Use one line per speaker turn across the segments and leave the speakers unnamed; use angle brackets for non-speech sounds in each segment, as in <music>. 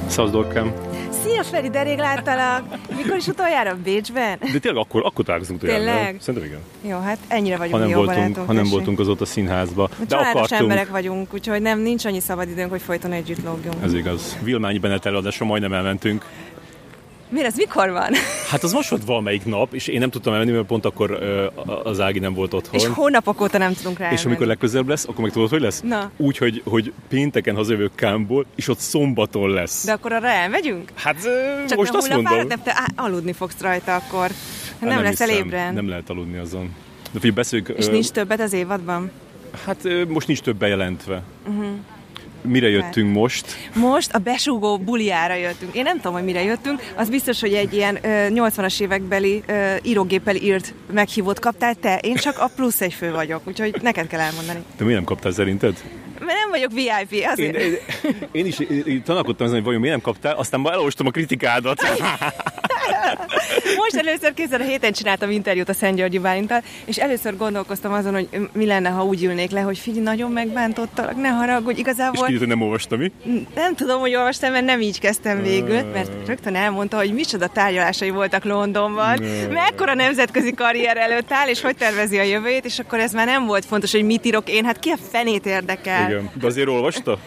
Sziasztok, Dorkám!
Szia Feri, de rég láttalak. Mikor is utoljára? Bécsben?
De tényleg akkor, akkor találkozunk utoljára.
Tényleg?
nem? Szerintem igen.
Jó, hát ennyire vagyunk
Ha nem,
jó
voltunk,
barátok.
ha nem
tessék.
voltunk azóta színházba.
Mi
De
Családos
akartunk.
emberek vagyunk, úgyhogy nem, nincs annyi szabadidőnk, hogy folyton együtt lógjunk.
Ez igaz. Vilmányi Bennett előadásra majdnem elmentünk.
Miért ez mikor van?
Hát az most volt valamelyik nap, és én nem tudtam elmenni, mert pont akkor ö, a- az Ági nem volt otthon.
És hónapok óta nem tudunk rá
És amikor legközelebb lesz, akkor meg tudod, hogy lesz?
Na.
Úgy, hogy, hogy pénteken hazajövök Kámból, és ott szombaton lesz.
De akkor arra elmegyünk?
Hát ö,
Csak
most
ne
azt
hullafáradj,
mondom.
Nem, te á, aludni fogsz rajta akkor. Hát
Hát
nem, leszel
hiszem,
ébren.
Nem lehet aludni azon. De figyelj, beszéljük.
És
ö,
nincs többet az évadban.
Hát ö, most nincs több bejelentve. Uh-huh.
Mhm.
Mire jöttünk most?
Most a besúgó buliára jöttünk. Én nem tudom, hogy mire jöttünk. Az biztos, hogy egy ilyen ö, 80-as évekbeli ö, írógéppel írt meghívót kaptál te. Én csak a plusz egy fő vagyok, úgyhogy neked kell elmondani.
Te miért nem kaptál szerinted?
Mert nem vagyok VIP,
Én,
azért.
én, én is én, én tanakodtam ezen, hogy vajon miért nem kaptál, aztán ma elolvastam a kritikádat.
Most először kézzel a héten csináltam interjút a Szent Györgyi Bálintal, és először gondolkoztam azon, hogy mi lenne, ha úgy ülnék le, hogy figyelj, nagyon megbántottalak, ne haragudj,
És
igazából
kiderült, hogy nem olvastam mi.
nem tudom, hogy olvastam, mert nem így kezdtem végül, mert rögtön elmondta, hogy micsoda tárgyalásai voltak Londonban, mekkora nemzetközi karrier előtt áll, és hogy tervezi a jövőjét, és akkor ez már nem volt fontos, hogy mit írok én, hát ki a fenét érdekel.
Igen. De azért olvasta?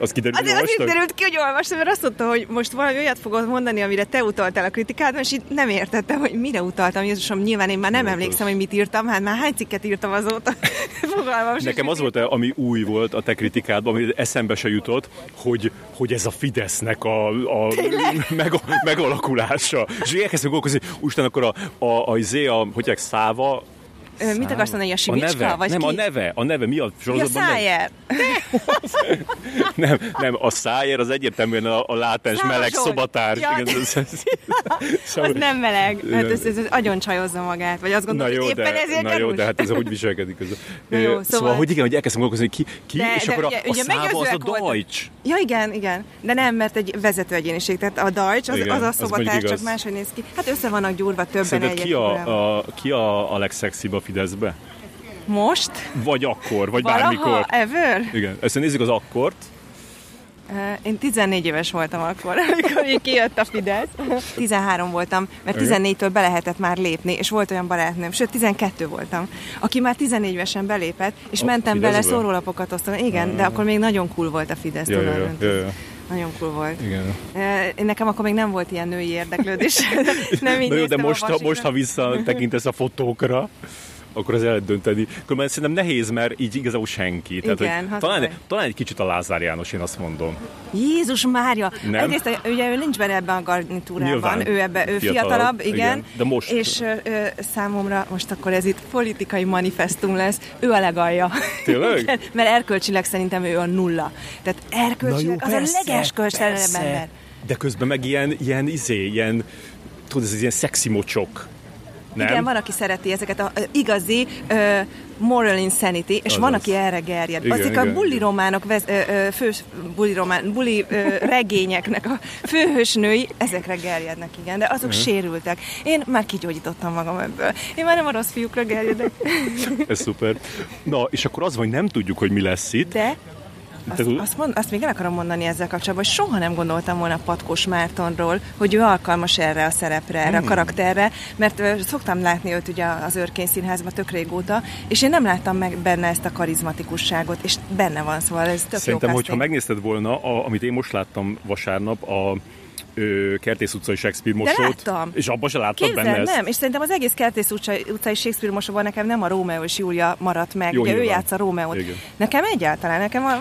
Az kiderült,
Az,
hogy
az
olvastad?
így derült ki, hogy olvastam, mert azt mondta, hogy most valami olyat fogod mondani, amire te utaltál a kritikádban, és itt nem értettem, hogy mire utaltam. Jézusom, nyilván én már nem
Jó,
emlékszem, hogy mit írtam, hát már hány cikket írtam azóta. <laughs> Fogalmam sincs,
Nekem
hogy
az volt, ami új volt a te kritikádban, ami eszembe se jutott, hogy, hogy ez a Fidesznek a, a <laughs> meg, megalakulása. És így elkezdtem gondolkozni, úristen, akkor a, a, a, izé, a, hogy hívják, száva,
Ö, Mit akarsz mondani, a
a
simicska?
neve,
vagy
nem,
ki?
a neve, a neve, mi a
Mi a
sorozatban? nem,
szájer?
nem, nem, a szájer az egyértelműen a, a látens
Száva
meleg
Zsolt.
szobatárs.
Ja.
Igen, ez,
<laughs>
ez,
Az nem meleg. Hát
Igen.
ez, ez, ez agyon csajozza magát, vagy azt
Na
gondolod,
jó,
hogy éppen
de,
ezért
na jó,
gyanús?
de hát ez hogy viselkedik ez.
Na jó,
Ö, szóval,
szóval-
hogy igen, hogy elkezdtem gondolkozni, hogy ki, ki
De-
és
de
akkor a,
ugye-
a
ugye
száva az a
meggyőzőek voltak.
Deutsch.
Ja, igen, igen. De nem, mert egy vezető egyéniség, tehát a Deutsch, az,
Igen,
az a
az
szobatárs,
mondjuk igaz.
csak máshogy néz ki. Hát össze vannak gyúrva többen
Szerinted
egy
ki a, a, ki a, a legszexibb a Fideszbe?
Most?
Vagy akkor, vagy
Valaha?
bármikor.
Ever?
Igen, ezt nézzük az akkort.
Ö, Én 14 éves voltam akkor, <laughs> amikor így kijött a Fidesz. 13 voltam, mert 14-től be lehetett már lépni, és volt olyan barátnőm, sőt 12 voltam, aki már 14 évesen belépett, és
A
mentem bele
Fideszbe?
szórólapokat osztani. Igen, de akkor még nagyon cool volt a Fidesz,
Ja,
tudod,
ja,
nem
ja,
tudsz.
ja.
Nagyon cool volt.
Igen.
Ö, Nekem akkor még nem volt ilyen női
<laughs>
érdeklődés. nem így
Na jó, de
néztem a
most, ha,
Washington-
most, ha visszatekintesz a fotókra, akkor az el lehet dönteni. Különben szerintem nehéz, mert így igazából senki. Tehát,
Igen,
hogy
hazudj.
talán, talán egy kicsit a Lázár János, én azt mondom.
Jézus Mária!
Nem?
Egyrészt a- ugye ő nincs benne ebben a garnitúrában,
Nyilván.
ő, ebbe, ő
Fiatalabb,
fiatalabb, igen.
igen. De most-
És ö, ö, számomra most akkor ez itt politikai manifestum lesz, ő a legalja.
<laughs> Tényleg?
igen, mert erkölcsileg szerintem ő a nulla. Tehát erkölcsileg az a legerkölcstelenebb ember.
De közben meg ilyen, ilyen izé, ilyen, tudod, ez ilyen szexi mocsok. Nem?
Igen, van, aki szereti ezeket a, a igazi ö, moral insanity, és van,
Azaz.
aki erre gerjed.
Igen,
Azok a
igen,
buli
igen.
románok, vez, ö, ö, fős, buli, román, buli ö, regényeknek a főhősnői, ezekre gerjednek, igen, de
Mhm.
azok sérültek. Én már kigyógyítottam magam ebből. Én már nem a rossz fiúkra gerjedek.
Ez szuper. Na, és akkor az van, hogy nem tudjuk, hogy mi lesz itt.
De azt,
tud-
azt, mond, azt még el akarom mondani ezzel kapcsolatban, hogy soha nem gondoltam volna Patkós Mártonról, hogy ő alkalmas erre a szerepre, erre
Hmm.
a karakterre, mert ö, szoktam látni őt ugye az Örkény Színházban tök régóta, és én nem láttam meg benne ezt a karizmatikusságot, és benne van, szóval ez tök
Szerintem,
jó
hogyha
casting.
megnézted volna, a, amit én most láttam vasárnap, a ö, Kertész utcai Shakespeare mosót.
láttam.
És abban se láttad
Képzeld,
benne ezt.
nem, és szerintem az egész Kertész utca- utcai Shakespeare mosóban nekem nem a Rómeó és Júlia maradt meg,
Jó,
ugye ő
nyilván.
játsza Rómeót.
Igen.
Nekem egyáltalán, nekem a, a,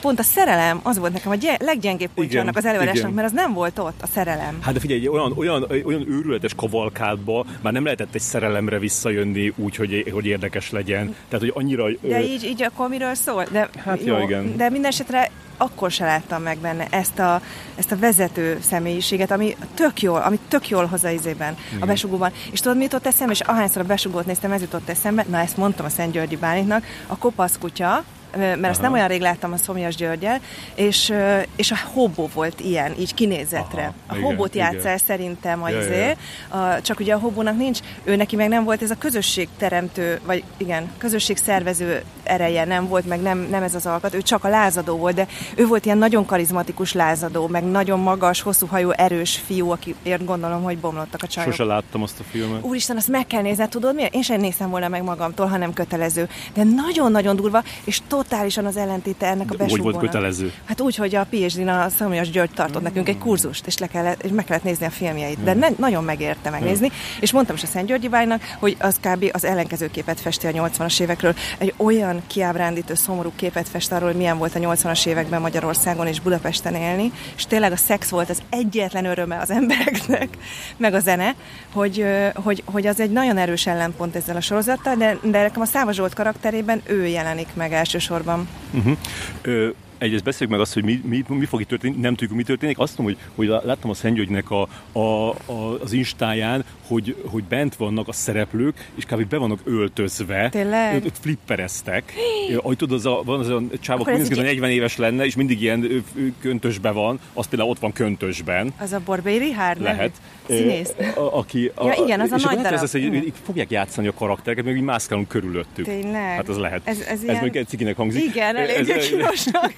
pont a szerelem, az volt nekem a gy- leggyengébb pontja
Igen,
annak az előadásnak,
igen.
mert az nem volt ott, a szerelem.
Hát de figyelj, egy olyan, olyan, olyan őrületes kavalkádba már nem lehetett egy szerelemre visszajönni úgy, hogy, hogy érdekes legyen. Tehát, hogy annyira...
De így, így akkor miről szól? De,
Hát ja, igen.
De minden esetre akkor se láttam meg benne ezt a, ezt a vezető személyiséget, ami tök jól, ami tök jól hozza izében, a besugóban. És tudod, mi jutott eszembe? És ahányszor a besugót néztem, ez jutott eszembe, na ezt mondtam a Szent Györgyi Bálintnak, a kopasz kutya, mert Aha. ezt nem olyan rég láttam a Szomjas Györgyel, és, és a hobó volt ilyen, így kinézetre. Aha, a igen, hobót játsz el szerintem a, ja, izé, ja. A, csak ugye a hobónak nincs, ő neki meg nem volt ez a közösségteremtő, vagy igen, közösségszervező ereje nem volt, meg nem, nem ez az alkat, ő csak a lázadó volt, de ő volt ilyen nagyon karizmatikus lázadó, meg nagyon magas, hosszú hajú, erős fiú, akiért gondolom, hogy bomlottak a csajok.
Sose láttam azt a filmet.
Úristen, azt meg kell nézni, tudod miért? Én sem néztem volna meg magamtól, hanem kötelező. De nagyon-nagyon durva, és totálisan az ellentéte ennek a besúgónak.
Hogy volt kötelező?
Hát úgy, hogy a PhD-n a Szomjas György tartott mm. nekünk egy kurzust, és, le kellett, és meg kellett nézni a filmjeit. Mm.
Hmm.
De ne, nagyon megérte megnézni. Mm. És mondtam is a Szent Györgyi Vájnak, hogy az kb. az ellenkező képet festi a 80-as évekről. Egy olyan kiábrándító, szomorú képet fest arról, hogy milyen volt a 80-as években Magyarországon és Budapesten élni. És tényleg a szex volt az egyetlen öröme az embereknek, meg a zene, hogy, hogy, hogy az egy nagyon erős ellenpont ezzel a sorozattal, de, de nekem a Száva Zsolt karakterében ő jelenik meg elsősorban.
Uh-huh. Ö, egyrészt beszéljük meg azt, hogy mi, mi, mi fog itt történni, nem tudjuk, mi történik. Azt tudom, hogy, hogy láttam a Szentgyörgynek a, a, a, az instáján, hogy, hogy bent vannak a szereplők, és kb. be vannak öltözve.
Tényleg?
Ott flippereztek. Ahogy tudod, az a, van az a csávó, aki mindig így... 40 éves lenne, és mindig ilyen köntösbe van, az például ott van köntösben.
Az a Borbély Rihárd?
Lehet.
Színész.
A, aki,
a, ja, igen, az a
és
nagy darab. Mhm.
Az, hogy mm. fogják játszani a karaktereket, meg így mászkálunk körülöttük.
Tényleg?
Hát az lehet.
Ez, ez,
ilyen... ez meg egy cikinek hangzik.
Igen, elég <laughs> kínosnak.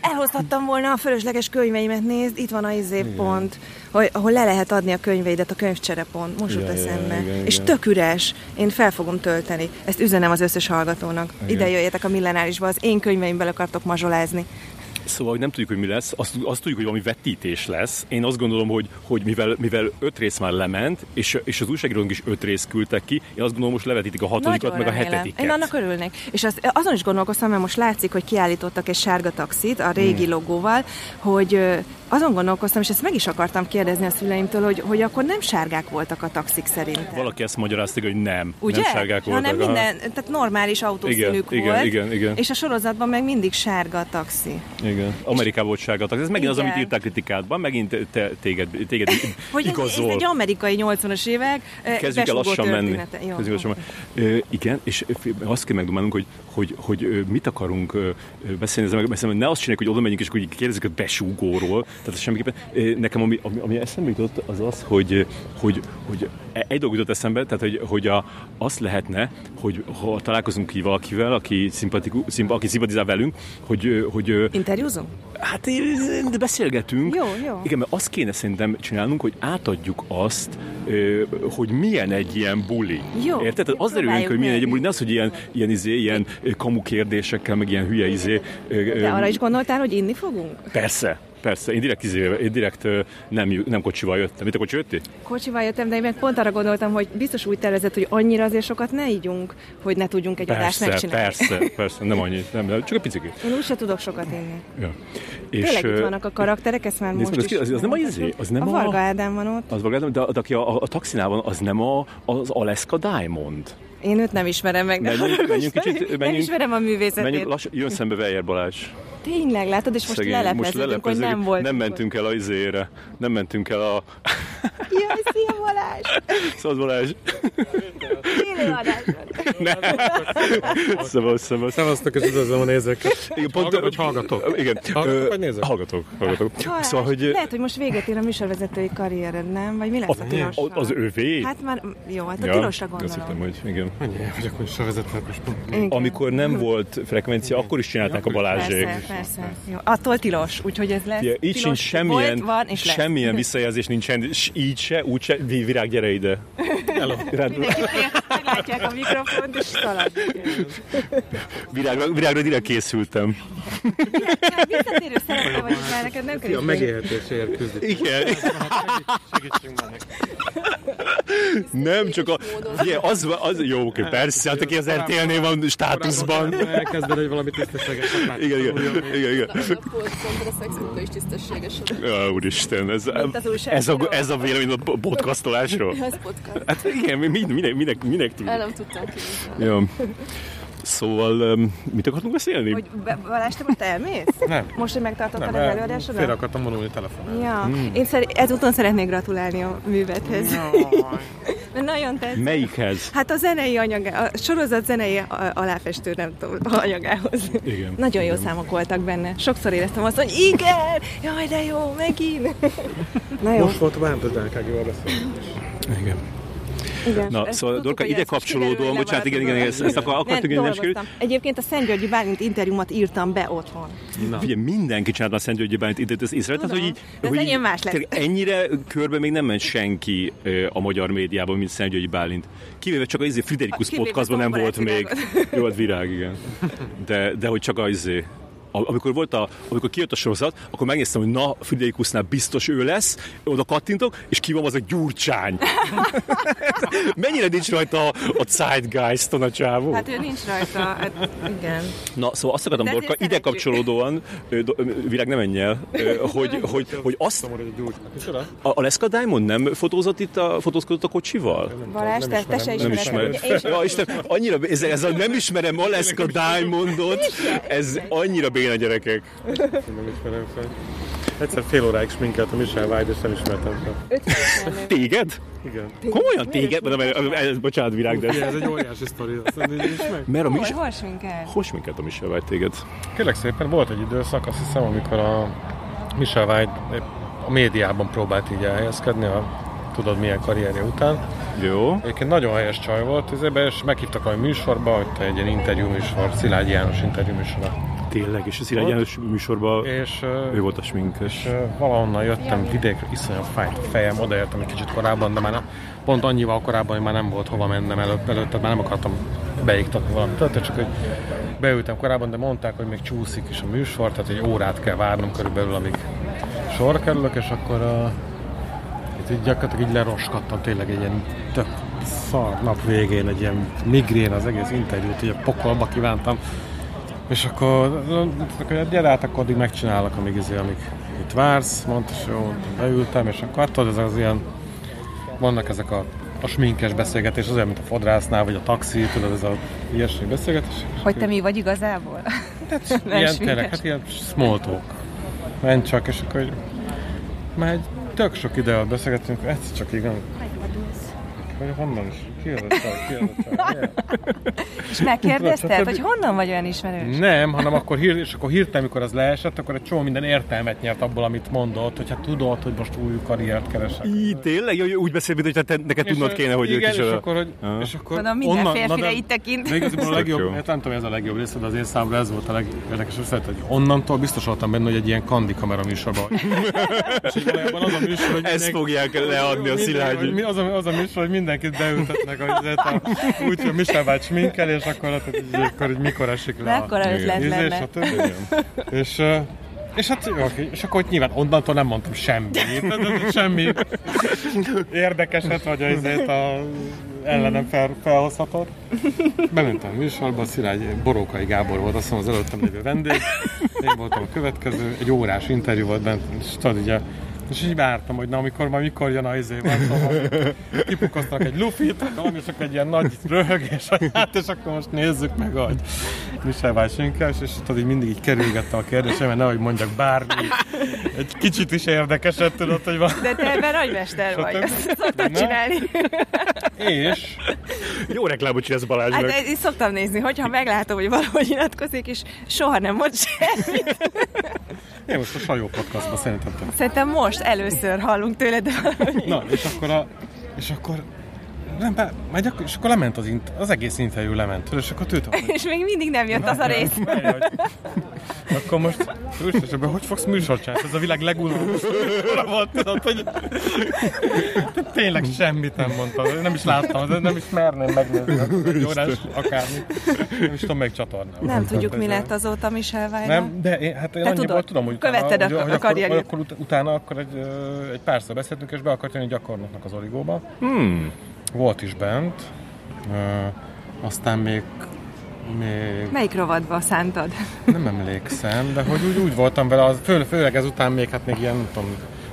Elhozhattam volna a fölösleges könyveimet, nézd, itt van a izé pont, hogy, ahol le lehet adni a könyveidet, a könyvcsere pont, most jut eszembe. Igen, igen, és tök üres, én fel fogom tölteni. Ezt üzenem az összes hallgatónak. Igen. Ide jöjjetek a millenárisba, az én könyveimben akartok mazsolázni.
Szóval, hogy nem tudjuk, hogy mi lesz. Azt, azt tudjuk, hogy valami vetítés lesz. Én azt gondolom, hogy, hogy mivel, mivel öt rész már lement, és, és az újságírónk is öt részt küldtek ki, én azt gondolom, most levetítik a hatodikat, Nagyon meg remélem. a hetediket.
Én annak örülnék. És az, azon is gondolkoztam, mert most látszik, hogy kiállítottak egy sárga taxit a régi hmm. logóval, hogy azon gondolkoztam, és ezt meg is akartam kérdezni a szüleimtől, hogy, hogy akkor nem sárgák voltak a taxik szerint.
Valaki ezt magyarázta, hogy nem. Ugye? Nem sárgák voltak.
Hanem minden, tehát normális autószínük
igen,
volt.
Igen, igen, igen.
És a sorozatban meg mindig sárga a taxi.
Igen. Amerikában volt sárga a taxi. Ez megint igen. az, amit írták kritikádban, megint te, téged, téged
hogy
igazol.
Ez, ez egy amerikai 80-as évek.
Kezdjük el lassan menni. Jó, Kezdjük lassan menni. igen, és azt kell megdomálnunk, hogy, hogy, hogy mit akarunk beszélni, mert ne azt csináljuk, hogy oda megyünk, és úgy kérdezzük a besúgóról, tehát semmiképpen. Nekem ami, ami, ami eszembe jutott, az az, hogy, hogy, hogy e, egy dolog jutott eszembe, tehát hogy, hogy a, az lehetne, hogy ha találkozunk ki valakivel, aki, szimpatikus, szimp, aki szimpatizál velünk, hogy... hogy
Interjúzunk?
Hát de beszélgetünk.
Jó, jó.
Igen, mert azt kéne szerintem csinálnunk, hogy átadjuk azt, hogy milyen egy ilyen buli.
Jó.
Érted? Tehát az derüljünk, hogy milyen egy ilyen buli, ne az, hogy ilyen, ilyen, izé, ilyen kamu kérdésekkel, meg ilyen hülye izé.
De arra is gondoltál, hogy inni fogunk?
Persze, persze, én direkt, izével, én direkt nem, nem kocsival jöttem. Mit a kocsi jöttél?
Kocsival jöttem, de én meg pont arra gondoltam, hogy biztos úgy tervezett, hogy annyira azért sokat ne ígyunk, hogy ne tudjunk egy
persze,
adást megcsinálni.
Persze, persze, nem annyit, nem, nem, csak egy picit.
<laughs> Én úgy sem tudok sokat inni.
Ja.
És Tényleg itt vannak a karakterek, ezt már nézd, most
az, is az, az, nem a izé, az nem a...
a Varga Ádám van ott.
Az Varga Ádám, de, de aki a, a, a taxinál van, az nem a, az Alaska Diamond.
Én őt nem ismerem meg,
menjünk,
nem,
menjünk kicsit, menjünk,
nem ismerem a művészetét.
Menjünk, lass, jön szembe Weyer Balázs.
Tényleg, látod, és most Szegény, lelepezünk, most hogy nem volt.
Nem mentünk el a izére, nem mentünk el a...
Jaj, szia Balázs!
Szóval Balázs! <laughs>
Élő adásban!
Szabad, szabad.
Szevasztok, és üdvözlöm a nézőket.
Igen,
pont, Hallgat, vagy hallgatok?
Igen.
Hallgatok, vagy nézők?
Hallgatok, hallgatok.
Balázs, szóval, hogy... Lehet, hogy most véget ér a műsorvezetői karriered, nem? Vagy mi lesz a, pirossal?
Hát, Az övé?
Hát már, jó, hát a pirosra gondolom.
Azt hittem, hogy igen.
Annyi vagyok műsorvezető, most
Amikor nem volt frekvencia, akkor is csinálták a Balázsék.
Hm. Persze, persze. Jó, attól tilos, úgyhogy ez lesz. Ja,
így sincs semmilyen, volt, van, és lesz.
Hm.
semmilyen visszajelzés nincsen, s így se, úgy se, virág, gyere
<laughs>
ide.
Hello.
meglátják a mikrofont, és szalad.
Virágra, virágra direkt készültem.
Visszatérő szerepe vagy már neked, nem kell.
A megélhetésért küzdik.
Igen.
Segítsünk már
Nem, csak a... Ugye, az, az, jó, oké, persze, hát aki az RTL-nél van státuszban.
Elkezded, hogy valami tisztességeset látni.
Igen, igen, igen, igen.
A portkontra szexmunka is tisztességeset.
Ja, úristen, ez, ez, a, ez a vélemény a podcastolásról?
Ez podcast.
Hát igen, minek, minek, minek, minek tudjuk?
El nem tudtam ki.
Jó. Szóval, um, mit akartunk beszélni?
Hogy be, Balázs, te most elmész?
Nem.
Most, hogy megtartottad az előadásodat?
Félre akartam vonulni telefonon.
Ja. Hmm. Én szer- ezúton szeretnék gratulálni a művethez.
Jaj.
<laughs> Mert nagyon tetszett.
Melyikhez?
Hát a zenei anyag, a sorozat zenei a- aláfestő, nem tudom, anyagához.
Igen.
Nagyon jó
Igen.
számok voltak benne. Sokszor éreztem azt, hogy igen, jaj, de jó, megint. <laughs> Na jó,
Most volt a Bántasdánkág, jól beszél.
Igen.
igen.
Na,
Ezt
szóval
tudtuk,
Dorka,
hogy
ide
ezt most
kapcsolódó,
kiderül, hogy
bocsánat, igen, igen,
levarázsolódott.
ezt, ezt akar, akartuk, hogy nem sikerült.
dolgoztam. Egyébként a Szentgyörgyi Bálint interjúmat írtam be otthon.
Na. Figyelj, mindenki csinálta a Szent Györgyi Bálint időt, ezt észrevetted,
Tudom.
hogy így,
De az
hogy
enyém más lett.
tényleg ennyire körbe még nem ment senki ö, a magyar médiában, mint Szent Györgyi Bálint. Kivéve csak az izé Friderikus
A- kivéve
podcastban nem
Tombola
volt még.
virágot.
Jó, hát virág, igen. De, de hogy csak az izé. A- Amikor, volt a, amikor kijött a sorozat, akkor megnéztem, hogy na, Friderikusnál biztos ő lesz, oda kattintok, és ki van az a
<laughs>
gyurcsány. Mennyire nincs rajta a, a zeitgeist a csávó?
Hát ő nincs rajta, hát igen.
Na, szóval azt akartam,
De
Dorka,
ezért
ide
szeretjük.
kapcsolódóan, ö, do- ö, virág nem menj el, ö, hogy, hogy, hogy azt,
Szomorú, hogy gyújt. Micsoda?
a a Leska Diamond nem fotózott itt, a, fotózkodott a kocsival?
Balázs, te, te se
ismerem.
Nem
ismered.
ismer.
Én sem.
Ja, Isten, annyira, ez, ez a nem ismerem a Leska Diamondot, ez annyira béna gyerekek.
Nem ismerem fel. Egyszer fél óráig sminkeltem Michelle Vágy, és nem ismertem fel.
Téged?
Igen.
Komolyan téged? Nem, nem, ez- eh, bocsánat, virág,
Igen,
de...
ez egy óriási sztori. Azt mondja, hogy nincs meg.
Mert a
Hol,
Mis...
hol sminkelt?
Hogy minket a Michel vágy téged?
Kérlek szépen, volt egy időszak, azt hiszem, amikor a Michel White épp a médiában próbált így elhelyezkedni, a tudod milyen karrierje után.
Jó.
Egyébként nagyon helyes csaj volt, ezért és meghívtak valami műsorba, ott egy ilyen interjú műsor, Szilágyi János interjú műsora.
Tényleg, és az Irány János műsorban
És
ő
ö,
volt a sminkes.
és ö, valahonnan jöttem vidékre, iszonyan fájt a fejem, odaértem egy kicsit korábban, de már nem, pont annyival korábban, hogy már nem volt hova mennem előtt, előtte már nem akartam beiktatni valamit, tehát csak hogy beültem korábban, de mondták, hogy még csúszik is a műsor, tehát egy órát kell várnom körülbelül, amíg sor kerülök, és akkor a, itt így gyakorlatilag így leroskadtam tényleg egy ilyen tök szar nap végén, egy ilyen migrén az egész interjút, így a pokolba kívántam, és akkor, akkor hát gyere át, akkor addig megcsinálok, amíg, izé, amíg itt vársz, mondta, és jó, beültem, és akkor hát tudod, ez az ilyen, vannak ezek a, a sminkes beszélgetés, az olyan, mint a fodrásznál, vagy a taxi, tudod, ez a ilyesmi beszélgetés. és
Hogy te mi vagy igazából? nem
ilyen,
sminkes.
tényleg, hát ilyen small talk. Menj csak, és akkor így- már egy tök sok ideát beszélgettünk, ez csak igen. Hogy honnan is? Ki az a csaj? Ki az a csaj? Milyen?
És megkérdezted, hogy honnan vagy olyan ismerős?
Nem, hanem akkor, hír, és akkor hirtelen, amikor az leesett, akkor egy csomó minden értelmet nyert abból, amit mondott, hogyha tudod, hogy most új karriert keresek.
Í, tényleg? Jó, jó, Úgy beszél, mint hogy te, neked tudnod
És,
kéne, hogy
igen,
ők is
és
oda-
akkor, hogy,
Aha.
és akkor
Mondom, minden
onnan-
férfire
na de-
így tekint.
De igazából a
Ez tök jó.
legjobb, hát nem tudom, ez a legjobb része, de az én számra ez volt a legérdekesebb szeret, hogy onnantól biztos voltam benne, hogy egy ilyen kandi kamera
<laughs>
műsorban vagy. és így valójában az a műsor, hogy
Ezt
mindenki-
fogják leadni a
Mindig,
szilágyi.
hogy mi- Az a, az a műsor, hogy mindenkit beültetnek a izét, a- úgy, hogy Michel Bács minkel, és akkor, hát, hogy így- akkor így mikor esik le. a-
Mekkora ötlet
Ízlés,
lenne?
stb. és, ö, és hát jó, oké, és akkor ott nyilván onnantól nem mondtam semmit, de- de- de semmi érdekeset vagy azért a ellenem fel, felhozhatott. Bementem a műsorba, Szilágy Borókai Gábor volt, azt mondom az előttem lévő vendég, én voltam a következő, egy órás interjú volt bent, és tudod, így a, és így vártam, hogy na, amikor majd mikor jön a izé, vártam, amikor kipukoztak egy lufit, vagy valami, és akkor egy ilyen nagy röhögés, hogy hát, és akkor most nézzük meg, hogy Michel Vásinkás, és tudod, így mindig így kerülgettem a kérdésem, mert nehogy mondjak bármi, egy kicsit is érdekeset, tudod, hogy van.
De te ebben nagymester vagy,
Stb.
ezt szoktad
Na.
csinálni.
És
Jó reklámot csinálsz Balázs
Hát
meg.
ezt így szoktam nézni, hogyha meglátom, hogy valahogy nyilatkozik, és soha nem mond semmit.
én most a Sajó podcastban szerintem te
Szerintem most először hallunk tőled valami.
Na, és akkor a... És akkor... Nem, be, már gyakor, és akkor lement az, int, az egész interjú lement, és akkor tőlem.
És még mindig nem jött az a rész.
Akkor most, Úristen, hogy fogsz műsort csinálni? Ez a világ legulóbb volt, tudod, hogy tényleg semmit nem mondtam, nem is láttam, nem is merném megnézni, akkor egy órás akármi, nem is tudom, meg csatornám.
Nem tudjuk, mi lett azóta Michel Vájnak.
Nem, de én, hát én
Te
annyiból
tudod,
tudom, hogy
követted a-
utána, hogy,
a
hogy akkor,
karrierjét.
hogy akkor ut- utána akkor egy, ö, egy párszor beszéltünk, és be akart jönni gyakornoknak az origóba.
Hmm.
Volt is bent, ö, aztán még, még
Melyik rovadba szántad?
nem emlékszem, de hogy úgy, úgy voltam vele, az, fő, főleg ezután még hát még ilyen, nem tudom,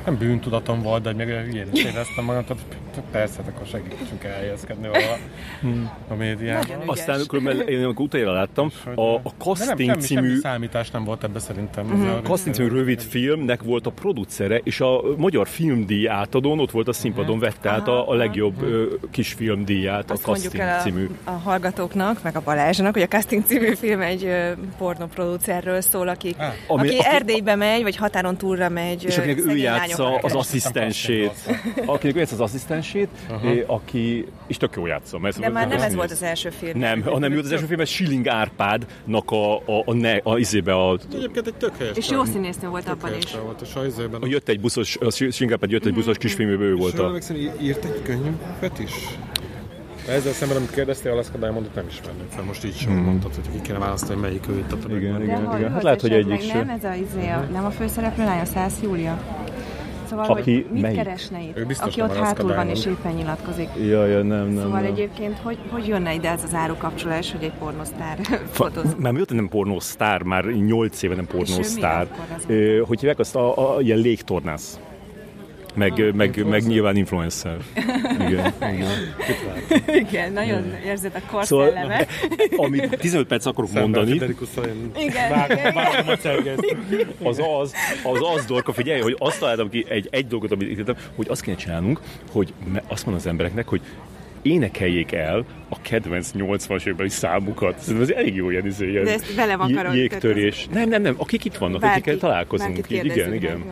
nem bűntudatom volt, de még ilyen is éreztem magam, tehát persze, hát akkor segítsünk elhelyezkedni valahol
Hmm.
a médiában.
Nagyon ügyes.
Aztán különben én amikor utoljára láttam, a, a
De nem,
casting
semmi,
című
semmi számítás nem volt ebbe szerintem. Mm-hmm.
Casting című rövid filmnek volt a producere, és a magyar filmdíj átadón ott volt a színpadon, vette át a, a legjobb ö, kis filmdíját, a
Mhm. Azt mondjuk
casting
el a,
című.
a hallgatóknak, meg a Balázsnak, hogy a Casting című film egy ö, pornoproducerről szól, aki,
Á,
Ah. ami-
ami, aki
aki-
Erdélybe megy, vagy határon túlra megy.
És
ö,
akinek ő
szegény
játsza
lányokat
az
keres.
asszisztensét. Akinek ő játsza az asszisztensét, é, aki... És tök jól játsza. mert
De már nem
azt
ez volt
néz.
az első film.
Nem, hanem ő az első filmben Schilling Árpádnak a, a, a, ne, a, izébe a,
Egyébként egy tök helyes
És
film.
jó színésznő volt
Tök
abban
helyes
is.
film volt, és a izében.
a jött egy buszos, a Schilling Árpád jött egy buszos kisfilmjéből ő volt a...
írt egy könyvet is? De ezzel szemben, amit kérdeztél, Alaszka Diamondot nem ismerném fel. Most így sem mondtad, hogy ki kéne választani, hogy melyik ő itt a
Hmm. Igen,
De
igen,
ha
igen.
ő
Hát
az
lehet, hogy
esetleg
egyik
Nem,
sem.
ez a, izé, a, nem a főszereplő lány, a Szász Júlia. Szóval,
Aki
hogy mit
melyik?
keresne itt?
Ő biztos
Aki
nem
ott
Alaska
hátul van
Diamond.
és éppen nyilatkozik.
Ja, ja, nem, nem,
Szóval
nem.
egyébként, hogy, hogy jönne ide ez az árukapcsolás, hogy egy pornosztár <laughs> fotóz?
Fa- Már mióta nem pornósztár, már 8 éve nem pornósztár.
És ő mi akkor az?
Ö, Hogy hívják azt, a, a, ilyen légtornász. Meg,
Ah,
meg, meg nyilván influencer. Igen.
Igen, nagyon érzed a
Szóval,
korszelleme.
amit 15 perc akarok mondani,
Igen,
Vágom a cergezt.
az az, az az dorka, figyelj, hogy azt találtam ki egy, egy dolgot, amit írtam, hogy azt kéne csinálnunk, hogy me- azt mondom az embereknek, hogy énekeljék el a kedvenc 80-as évbeli számukat. Szerintem ez elég jó ilyen, izé, ilyen
De ezt velem
jé-
akarod,
jégtörés. Nem, nem, nem, akik itt vannak,
bárki-
akikkel találkozunk.
bárkit
Így, igen,
kérdezzünk meg,
igen.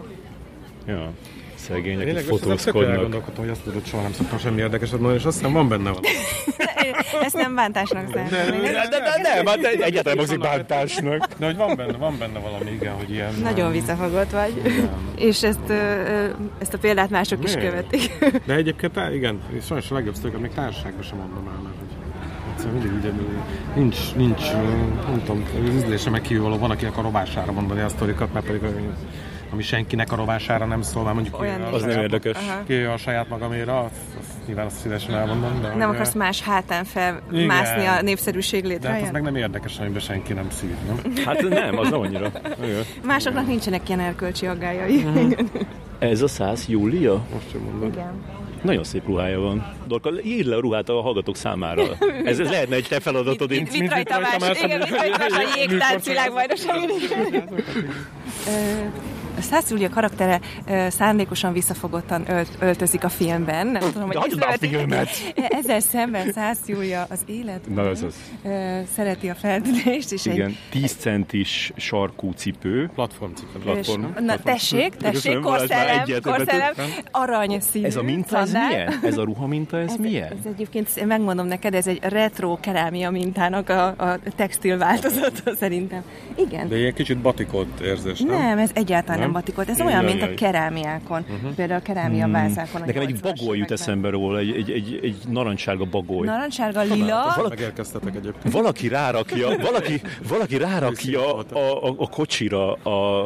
jó.
Ja. Szegények itt
Tényleg, most ezen tök
fotózkodnak.
elgondolkodtam, hogy azt tudod, soha nem szoktam semmi érdekeset mondani, és azt hiszem van benne
<laughs>
valami.
Ezt nem bántásnak számítom.
De, de, de, nem, hát egyáltalán magzik bántásnak.
De hogy van benne, van benne valami, igen, hogy ilyen...
Nagyon visszafogott vagy. <laughs> És ezt, ö, ö, ezt a példát mások is
Mi?
követik. <laughs>
De egyébként á, igen, és sajnos a legjobb szöget még társaságban sem mondom el, mert hogy egyszerűen mindig ugye nincs, nincs, ö, nem tudom, ízlésemek kívülvaló van, akinek a rovására mondani a sztorikat, mert pedig ö, ami senkinek a rovására nem szól, már mondjuk
Olyan
kijön
nincs.
Az nem érdekes.
Kijön a saját magaméra, azt, azt nyilván azt szívesen elmondom, de...
Nem
hogy,
akarsz
ö,
más hátán felmászni
Igen.
a népszerűség
de hát az meg
létrejön?
nem érdekes, amiben senki nem szív, nem?
Hát nem, az nem annyira. Igen.
Másoknak nincsenek ilyen erkölcsi aggályai.
Ez a száz Júlia?
Most sem mondom.
Igen.
Nagyon szép ruhája van. Dorka, írd le a ruhát a hallgatók
<laughs>
számára. Ez, ez lehetne egy te feladatod. Én...
Mit, mit rajta más? Igen, mit rajta más a jégtánc világbajnokságon. A Szász Júlia karaktere ö, szándékosan visszafogottan ölt, öltözik a filmben. Nem tudom, hogy
De hagyjad már a
észrevették.
filmet!
Ezzel szemben Szász Júlia az élet
Na, ez az.
ö, szereti a feltűnést, és
Igen,
egy
10 centis sarkú cipő.
Platform cikket.
és-
Platform.
Na, tessék, tessék,
Köszönöm, Balázs, már
korszellem,
egyet
korszellem, arany színű.
Ez a minta, ez
szandál.
milyen? Ez a ruha minta, ez milyen?
Ez egyébként, én megmondom neked, ez egy retro kerámia mintának a, a textil változata szerintem. Igen.
De ilyen kicsit batikolt érzés, nem?
Nem, ez egyáltalán nem
Nem?
batikolt. Ez
Jaj,
olyan,
jaj,
mint a
jaj.
kerámiákon. Például a kerámia vázákon. a
Nekem egy
80-as
bagoly jut
években.
eszembe róla, egy, egy, egy, egy narancssárga bagoly.
Narancssárga, lila,
Megérkeztetek egyébként.
Valaki rárakja, valaki, valaki rárakja
Őszintén
a, a, a kocsira a,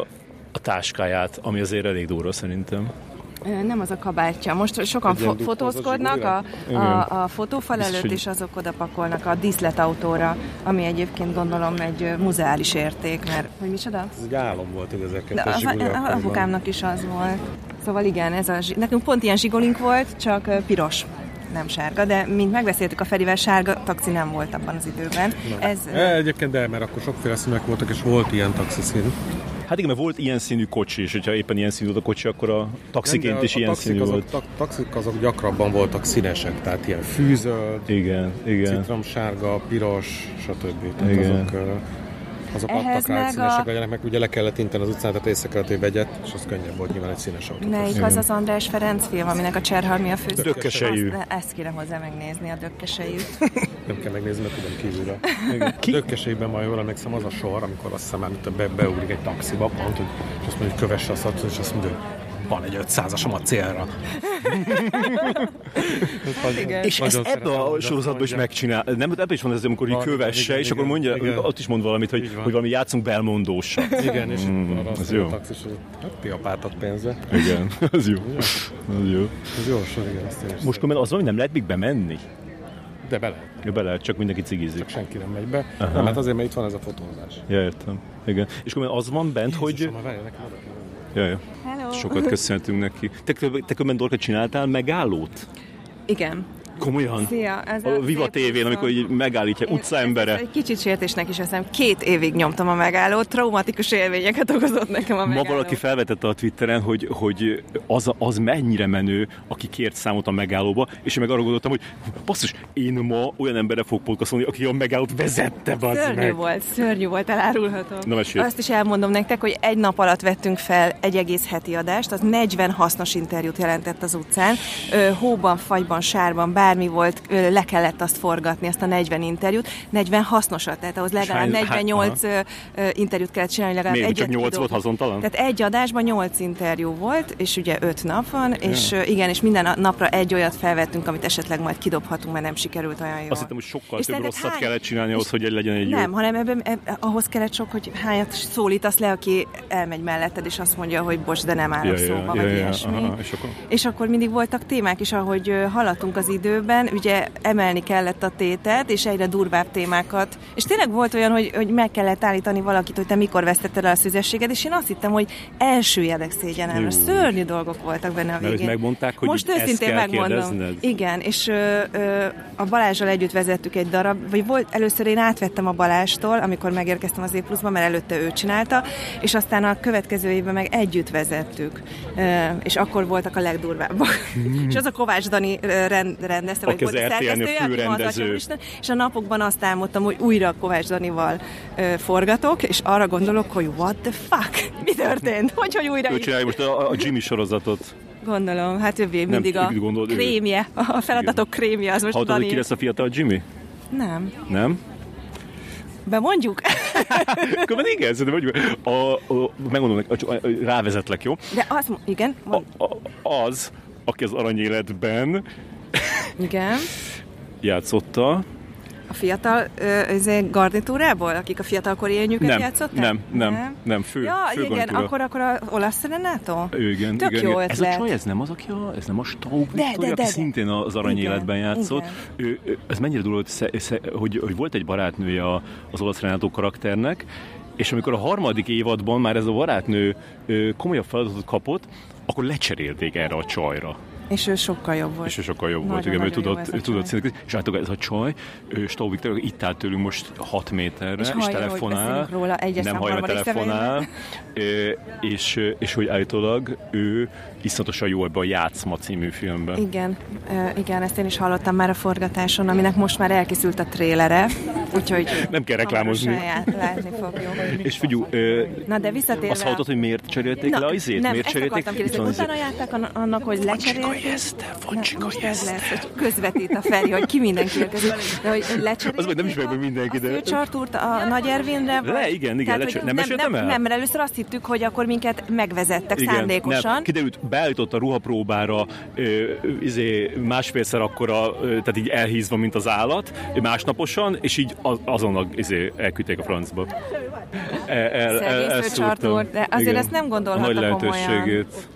a táskáját, ami azért elég durva szerintem.
Ö, nem az a kabátja. Most sokan
Egy ilyen
fo-
dugózas
fotózkodnak a, a, a fotófal
Biztos,
előtt,
hogy-
és azok oda pakolnak a díszletautóra, ami egyébként gondolom egy ö, muzeális érték, mert hogy micsoda?
Ez egy álom volt, hogy
De a,
1200
a, a, apukámnak is az volt. Szóval igen, ez a, zsi- nekünk pont ilyen zsigolink volt, csak ö, piros nem sárga, de mint megbeszéltük a Ferivel, sárga taxi nem volt abban az időben. Ez, ö,
E, egyébként de, mert akkor sokféle színek voltak, és volt ilyen taxiszín.
Hát igen, mert volt ilyen színű kocsi, és hogyha éppen ilyen színű volt a kocsi, akkor a taxiként is ilyen színű
azok,
volt.
Tak, taxik azok gyakrabban voltak színesek, tehát ilyen fűzöld,
Igen, igen.
citromsárga, piros, stb. Tehát
Igen.
azok, ö, azok
Ehhez
adtak rá,
meg
hogy színesek
a-
legyenek, meg ugye le kellett inteni az utcán, tehát észre kellett, hogy vegyet, és az könnyebb volt nyilván egy színes autót.
Melyik az az András Ferenc film, aminek a Cserhalmi a főszereplő?
Dökkesejű.
Azt- Ezt kéne hozzá megnézni, a dökkesejűt.
Nem kell megnézni, mert tudom kívülről.
Ki-
Dökkesében ma jól emlékszem, az a sor, amikor azt hiszem, amit be, beugrik egy taxiba, pont, hogy és azt mondja, hogy kövesse a szarcot, és azt mondja, hogy van egy 500-asom a célra. hát
igen.
És ezt ebbe a sorozatban is megcsinál. Nem, ebbe is van ez, amikor így
Van,
kövesse,
igen,
és akkor
igen,
mondja,
igen.
ott is mond valamit, hogy,
Így van.
hogy valami játszunk belmondósa.
Igen, és mm, arra
az
azt
jó.
mondja a taxis, hogy hát piapáltad pénze.
Igen, az jó. Az jó.
Ez jó sor, igen, azt én is
Most komolyan az van, hogy nem lehet még bemenni?
szeretem. De be lehet,
Ja, be lehet, csak mindenki cigizik.
senki nem megy be. Nem, hát azért, mert itt van ez a fotózás.
Ja, értem. Igen. És komolyan az van bent, hogy...
Jézusom, ha várj, nekem oda kell menni.
Ja, ja.
Hello.
Sokat köszöntünk neki. Te, te komolyan Dorka csináltál megállót?
Igen.
Komolyan?
Szia, ez
a Viva
szép
tévén,
utca.
amikor így megállítja
Én
utca
ezt
embere.
Egy kicsit sértésnek is veszem. Két évig nyomtam a megállót, traumatikus élményeket okozott nekem a
Ma
megálló.
valaki felvetette a Twitteren, hogy, hogy az, az mennyire menő, aki kért számot a megállóba, és én meg arra gondoltam, hogy basszus, én ma olyan emberre fogok podcastolni, aki a megállót vezette, bazd
Szörnyű
meg.
volt, szörnyű volt, elárulhatom.
Na, mesélj.
Azt is elmondom nektek, hogy egy nap alatt vettünk fel egy egész heti adást, az 40 hasznos interjút jelentett az utcán. Ö, Hóban, fagyban, sárban, bármi volt, ö, le kellett azt forgatni, azt a 40 interjút. 40 hasznosat, tehát ahhoz legalább
hány- há-
48 ö, ö, interjút kellett csinálni, legalább
Miért? Csak
egyet
nyolc
kidobni.
volt hazontalan?
Tehát egy adásban 8 interjú volt, és ugye 5 nap van, és ö, igen, és minden a- napra egy olyat felvettünk, amit esetleg majd kidobhatunk, mert nem sikerült olyan jól.
Azt hittem, hogy sokkal
És
több
szerinted
rosszat
hány-
kellett csinálni ahhoz, hogy egy legyen egy
nem,
jó.
hanem ebben, eb, ahhoz kellett sok, hogy hányat szólítasz le, aki elmegy melletted, és azt mondja, hogy bocs, de nem állok
Ja, ja,
szóba,
ja,
vagy
ja,
ilyesmi.
aha, és akkor?
és akkor mindig voltak témák is, ahogy ö, haladtunk az időben, ugye emelni kellett a tétet, és egyre durvább témákat. És tényleg volt olyan, hogy, hogy meg kellett állítani valakit, hogy te mikor vesztetted el a szüzességed, és én azt hittem, hogy elsüllyedek szégyenemre.
Jú.
Szörnyű dolgok voltak benne a
Mert
végén.
hogy megmondták, hogy
Most
ezt
őszintén
kell
megmondom.
kérdezned?
Igen, és ö, ö, a Balázsral együtt vezettük egy darab, vagy volt, először én átvettem a Balástól, amikor megérkeztem az Épluszba, mert előtte ő csinálta, és aztán a következő évben meg együtt vezettük, ö, és akkor voltak a legdurvábbak.
Mhm.
és az a Kovács Dani ö, rend, rendezte, vagy
Aki az
volt a
RTL-nél
szerkesztője, aki ma
főrendező.
adhatja, Úristen, és a napokban azt álmodtam, hogy újra Kovács Danival ö, forgatok, és arra gondolok, hogy what the fuck? Mi történt? Hogy, hogy újra
Ő
így
csinálja most a, a Jimmy sorozatot.
Gondolom, hát ő mindig
Nem,
a
ő gondolt, ő.
krémje, a feladatok krémje, az most
Hallottad, hogy
Dani.
ki lesz a fiatal Jimmy?
Nem.
Nem?
Bemondjuk?
Különben igen, szerintem mondjuk. A, a, megmondom, nek- a- a- rávezetlek, jó?
De azt, mo- igen,
A,
mond,
a, az, aki az aranyéletben
igen.
játszotta,
A fiatal ö, ezért garnitúrából, akik a fiatalkori élnyüket
Nem,
játszották?
nem, nem, nem, fő-
Ja,
fő
igen,
garnitúra.
akkor, akkor a olasz szenátó?
Ő, igen,
Tök
igen,
jó
igen.
ötlet.
Ez a csaj, ez nem az, aki a, ez nem a Staub
De,
Viktória,
de,
aki
de, de.
szintén az aranyéletben
Igen,
játszott. Ő, ő- ez mennyire durva, hogy, sze- sze- hogy, hogy, volt egy barátnője a- az olasz Renátó karakternek, és amikor a harmadik évadban már ez a barátnő ö, komolyabb feladatot kapott, akkor lecserélték erre a csajra.
És ő sokkal jobb volt.
És ő sokkal jobb volt,
Nagyon,
igen, ő
nagyon jó ez
tudott,
a
ő tudott
csaj.
szintén. És látok, ez a csaj, ő, Staub Viktor, itt áll tőlünk most 6 méterre,
És
és,
hallja, hogy
telefonál,
beszélünk róla, egyes
nem
számban
hallja, mert
van, és
telefonál, <laughs> ö, és, és hogy állítólag ő iszonyatosan jó ebben a Játszma című filmben.
Igen, ö, igen, ezt én is hallottam már a forgatáson, aminek most már elkészült a trélere, úgyhogy
Nem kell reklámozni.
hamarosan já- Látni fogjuk.
És figyú, ö,
Na de visszatérve...
azt hallottad, hogy miért cserélték le a izét?
Nem,
miért
ezt
cserélték?
akartam kérdezni.
Itt van izé.
Utána jártak an- annak, hogy lecserélték.
Eszter,
Na,
Fancsika
most ez
Eszter.
lesz, hogy közvetít a Feri, hogy ki mindenki érkezik. De hogy lecserélték
Az majd nem is meg, hogy mindenki, de-
A főcsartúrt a Nagy Ervinre?
Le,
vagy-
igen, igen,
Tehát, hogy
lecser- nem meséltem
nem,
el?
Nem, mert először azt hittük, hogy akkor minket megvezettek szándékosan.
Nem, kiderült, beállított a ruhapróbára ö, izé, másfélszer akkora, ö, tehát így elhízva, mint az állat, másnaposan, és így az, azonnal izé, elküldték a francba. El, el,
Szegény
elszúrtam.
főcsartúr, de azért ezt nem gondolhatta
A nagy
komolyan.
lehetőségét.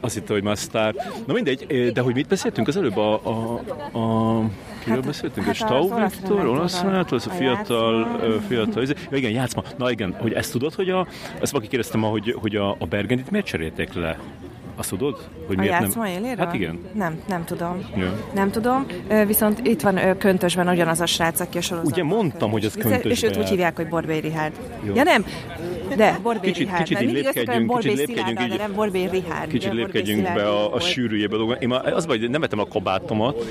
Azt hitte, hogy már sztár. Na mindegy, ö, de hogy mit beszéltünk az előbb? A, a, a Kiről
Hát a-
beszéltünk?
hát
a
az
Staub
olasz
Viktor,
Renátóról.
olasz Renától, ez a
A
fiatal,
Játszma.
ö, fiatal, izé. ja, igen, játszma. Na igen, hogy ezt tudod, hogy a, ezt valaki kérdeztem, hogy, hogy a, a Bergendit miért cserélték le? Azt tudod? Hogy
A
miért
játszma
nem?
éléről?
Hát igen.
Nem, nem tudom.
Ja.
Nem tudom, Ö, viszont itt van ö, köntösben ugyanaz a srác, aki a sorozatban.
Ugye mondtam, hogy ez
Viszont- És
köntösben
őt úgy
jár.
hívják, hogy Borbély Rihárd.
Jó.
Ja nem, de Borbély
Kicsit-
Rihárd.
kicsit
Mert
így
mindig azt akarom,
lépkedjünk,
Borbély
kicsit lépkedjünk
Szilárd,
így.
de nem Borbély Rihárd.
Kicsit
Ugye, Borbély
lépkedjünk
Szilárd
be a, a
volt.
sűrűjébe dolgon. Én már az vagy, hogy nem etem a kabátomat,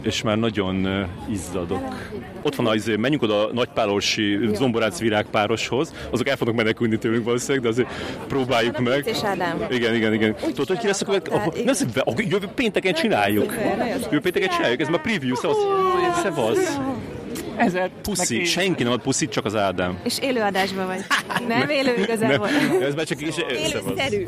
és már nagyon ö, izzadok. Ott van az, ö, menjünk oda a nagypálosi zomborác virágpároshoz, azok el fognak menekülni tőlünk valószínűleg, de azért próbáljuk
Van a
meg.
Pinc és Ádám.
Igen, igen, igen. Tudod, hogy ki lesz a
felakadtál,
következő?
igen.
Nem, szép- ok, jövő pénteken csináljuk. Jövő pénteken csináljuk, ez már preview, szevasz. Szevasz.
Ezer.
Puszi, senki nem ad puszit, csak az Ádám.
És élőadásban
<laughs>
vagy. Nem élő
Nem,
igazából.
ez már csak is szevasz.
<laughs> Élőszerű.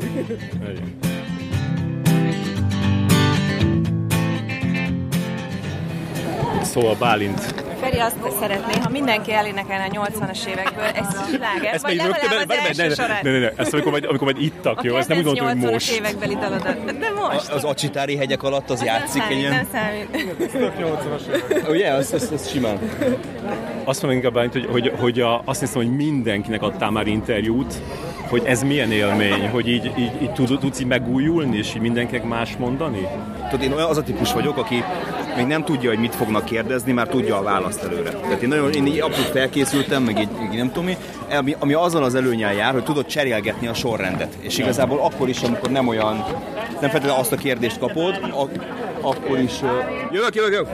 Szóval Bálint.
Feri azt szeretné, ha mindenki elénekelne a 80-as évekből egy slágert, vagy
még
legalább az
ne,
első
ne,
sorát.
ne, ne, ne, ezt amikor majd, amikor majd ittak,
A
jó? Ezt nem úgy
kedvenc
gondolom, hogy
80-as
most.
évekbeli dalodat. De most.
Az acsitári hegyek alatt az
Hát Nem
játszik egy
számít,
ilyen...
nem számít.
Ugye, az, az, az simán.
Azt mondom inkább, Bálint, hogy, hogy, hogy a, azt hiszem, hogy mindenkinek adtál már interjút, hogy ez milyen élmény, hogy így, így, így tud, tudsz így megújulni, és így mindenkinek más mondani?
Tudod, én olyan az a típus vagyok, aki még nem tudja, hogy mit fognak kérdezni, már tudja a választ előre. Tehát én nagyon, én így abszolút felkészültem, meg így, így nem tudom mi, ami, ami azzal az előnyel jár, hogy tudod cserélgetni a sorrendet. És igazából akkor is, amikor nem olyan, nem feltétlenül azt a kérdést kapod, ak- akkor is... ö, Jövök, jövök, jövök!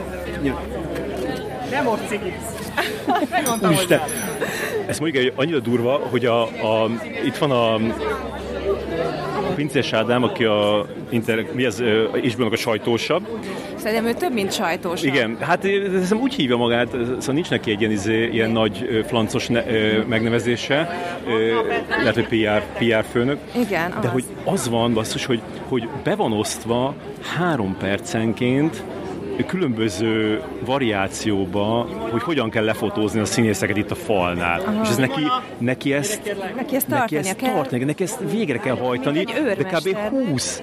Isten! Ez mondjuk egy- annyira durva, hogy a, a, itt van a Pincés Ádám, aki a inter, mi az, ö, Isbőnök a sajtósabb.
Szerintem ő több, mint sajtós.
Igen, hát ö, hiszem úgy hívja magát, ö, szóval nincs neki egy ilyen, izé, ilyen nagy ö, flancos ne, ö, megnevezése. Ö, Lehet, hogy PR, PR főnök.
Igen,
De
az.
hogy az van, basszus, hogy, hogy be van osztva három percenként különböző variációba, hogy hogyan kell lefotózni a színészeket itt a falnál. Aha. És ez neki, neki ezt,
Neki ezt
neki
tartania
ezt
kell.
tartani, neki ezt végre kell hajtani,
Mint egy
de kb.
őrmester.
20,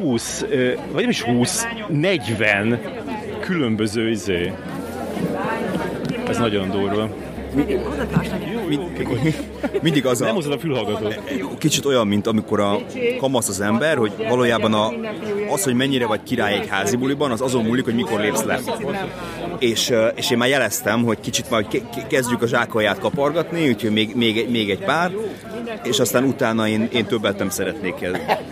20, ö, vagy nem is 20, 40 különböző izé. Ez nagyon durva.
<laughs> Mindig az a...
Nem hozod a fülhallgatót.
kicsit olyan, mint amikor a kamasz az ember, hogy valójában a, az, hogy mennyire vagy király egy házi buliban, az azon múlik, hogy mikor lépsz le. És, ö, és én már jeleztem, hogy kicsit majd ke- ke- kezdjük a zsákolját kapargatni, úgyhogy még, még, egy- még egy pár, és aztán utána én, én többet nem szeretnék el.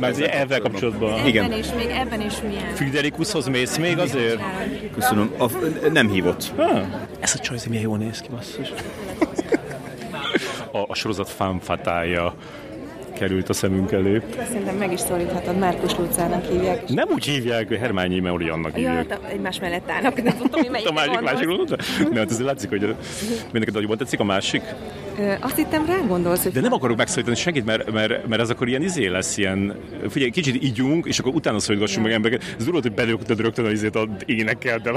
Mert ugye elvvel kapcsolatban.
Igen,
és még ebben is milyen.
Friderikushoz mész még azért?
köszönöm. A, nem hívott.
Hm. Ez a csajzi milyen jól néz ki, basszus. A, a sorozat fánfatája került a szemünk elé.
Szerintem meg is szólíthatod, Márkus Lucának hívják.
Nem úgy hívják, hogy Hermányi Meuri annak
Ja,
hívják.
hát egymás mellett állnak, nem tudom, hogy melyik
A másik, másik Nem, hát azért látszik, hogy mindenki jobban tetszik a másik.
Azt hittem, rá gondolsz, hogy
De nem akarok megszólítani senkit, mert, mert, mert ez akkor ilyen izé lesz, ilyen, figyelj, kicsit igyunk, és akkor utána szólítgassunk meg embereket. Ez durva, hogy belőtted rögtön az izét a énekel, de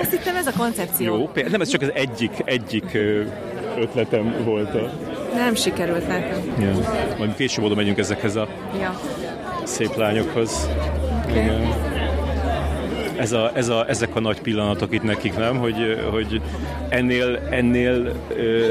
azt hittem, ez a koncepció.
jó. például- Nem, ez csak az egyik, egyik ö, ötletem volt. A...
Nem sikerült nekem.
Yeah. Majd később oda megyünk ezekhez a
Ja.
szép lányokhoz. Igen. Ez a, ez a, ezek a nagy pillanatok itt nekik, nem? Hogy, hogy ennél, ennél ö,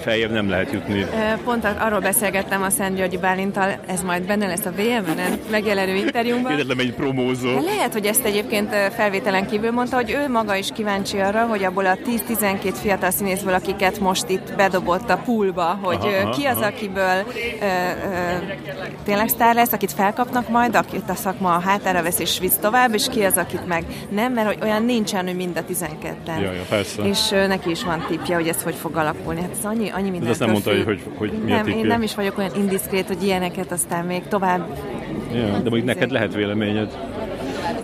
feljebb nem lehet jutni.
Ö, Pont ar- arról beszélgettem a Szent Györgyi Bálintal, ez majd benne lesz a VMN-en megjelenő interjúmban.
Érdemel egy promózó.
De lehet, hogy ezt egyébként ö, felvételen kívül mondta, hogy ő maga is kíváncsi arra, hogy abból a 10-12 fiatal színészből, akiket most itt bedobott a poolba, hogy
Aha,
aha,
aha,
ki az,
aha.
aha. akiből ö, ö, tényleg sztár lesz, akit felkapnak majd, akit a szakma a hátára vesz és visz tovább, és ki az, akit meg nem, mert hogy olyan nincsen, hogy mind a 12-en.
Ja, ja, persze.
És ö, neki is van tippje, hogy ez hogy fog alakulni. Hát ez annyi, annyi minden.
azt nem mondta, hogy- hogy- hogy mi a
nem, én
tippje.
nem is vagyok olyan indiszkrét, hogy ilyeneket aztán még tovább.
Ja, de mondjuk neked lehet véleményed.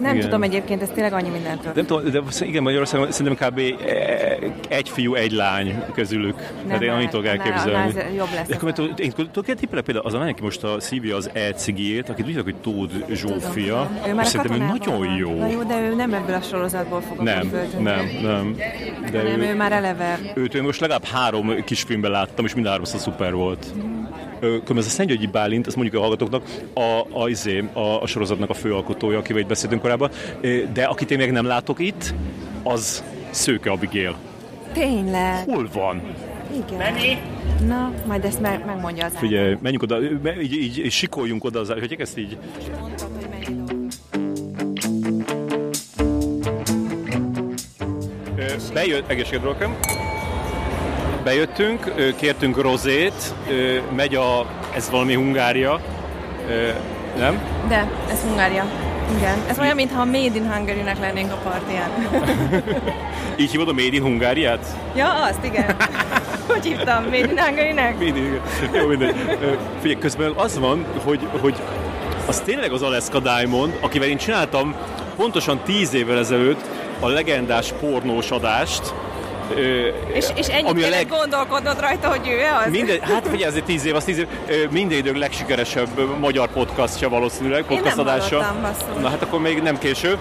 Nem
Igen.
tudom egyébként, ez tényleg annyi mindentől.
Nem tudom, de valószínűleg igen, Magyarországon szerintem kb. eh, egy fiú, egy lány közülük. Nem, hát én
már,
annyit tudok
annál-
elképzelni.
annál ez jobb lesz.
De akkor mert tud- én tudok egy tippelni például az a lány, aki most a szívja az e-cigiét, akit úgy hívnak, hogy Tóth Zsófia,
Ő
és
már a
szerintem ő
katonában
nagyon
van.
jó.
Na jó, de ő nem ebből a sorozatból fog
Nem, nem, nem. De
Nem, ő
ő,
már eleve.
őt én most legalább három kisfilmben láttam, és mind a háromszor szuper volt. Ö, Különben ez a Szentgyörgyi Bálint, ezt mondjuk a hallgatóknak, a, a, izé, a, a sorozatnak a főalkotója, akivel itt beszéltünk korábban, Ö, de akit én még nem látok itt, az Szőke Abigail.
Tényleg.
Hol van?
Igen. Na, majd ezt meg, megmondja az
Ugye, menjünk oda, ö, me- így, így, így sikoljunk oda, az, hogy ezt így... Ö, Bejött, egészségedre Rokem. Bejöttünk, ö, kértünk rozét, ö, megy a, ez valami Hungária, ö, nem?
Áron. De, ez Hungária. Igen. Ez olyan, mintha a Made in Hungary-nek lennénk a partján.
Így hívod a Made in Hungáriát?
ja, azt,
<laughs>
igen. Hogy hívtam? Made in Hungary-nek?
Mindig. Jó, mindegy. Ö, Figyelj, közben az van, hogy, hogy az tényleg az Alaska Diamond, akivel én csináltam pontosan 10 évvel ezelőtt a legendás pornós adást, ö,
És, és ennyit
Ami a
kellett
leg-
gondolkodnod rajta, hogy ő az?
minden, hát figyelj, azért 10 év, az 10 év, ö, minden idők legsikeresebb ö, magyar podcastja valószínűleg,
nem
podcast adása.
hallottam, basszus.
Na hát akkor még nem késő.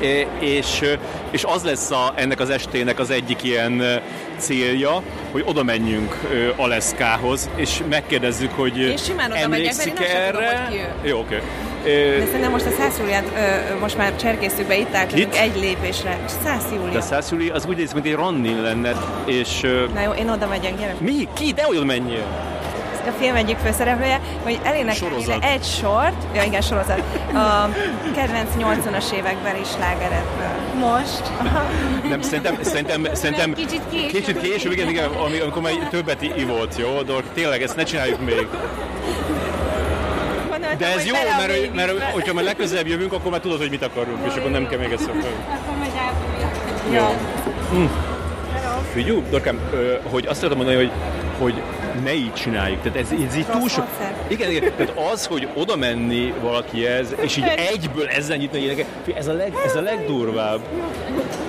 É, és, ö, és az lesz a, ennek az estének az egyik ilyen ö, célja, hogy oda menjünk ö, Aleszkához, és megkérdezzük, hogy
Én simán oda megyek, mert én
emlékszik
azt sem tudom,
erre?
hogy ki ő.
Jó, oké. Okay.
De szerintem most a Szász Júliát, ö, ö, most már cserkészük be, itt álltunk
Kit?
egy lépésre. Szász
De
Júlia.
Szászüli az úgy néz, mint egy rannin lenne, és ö,
Na jó, én oda megyek, gyere.
mi? Ki? De olyan menjél!
a film egyik főszereplője, hogy elénekel
Sorozat.
egy sort, ja igen, sorozat, a kedvenc 80-as évekbeli slágerekből. Most?
Nem, szerintem, szerintem, szerintem
Kicsit később.
kicsit később, igen, igen, ami- amikor már többet ivott, jó? De tényleg ezt ne csináljuk még.
Gondoltam,
De ez
hogy
jó,
bele a
mert, mert,
baby-be.
mert hogyha már legközelebb jövünk, akkor már tudod, hogy mit akarunk, és akkor nem kell még ezt szokni.
Akkor majd
Jó. Figyú, Dorkám, ö, hogy azt tudom mondani, hogy, hogy ne így csináljuk. Tehát ez, ez így túl sok.
módszer.
Igen, igen. Tehát az, hogy oda menni valakihez, és így egyből ezzel nyitni, hogy ilyenek- Figyelj, ez a, leg, ez a legdurvább.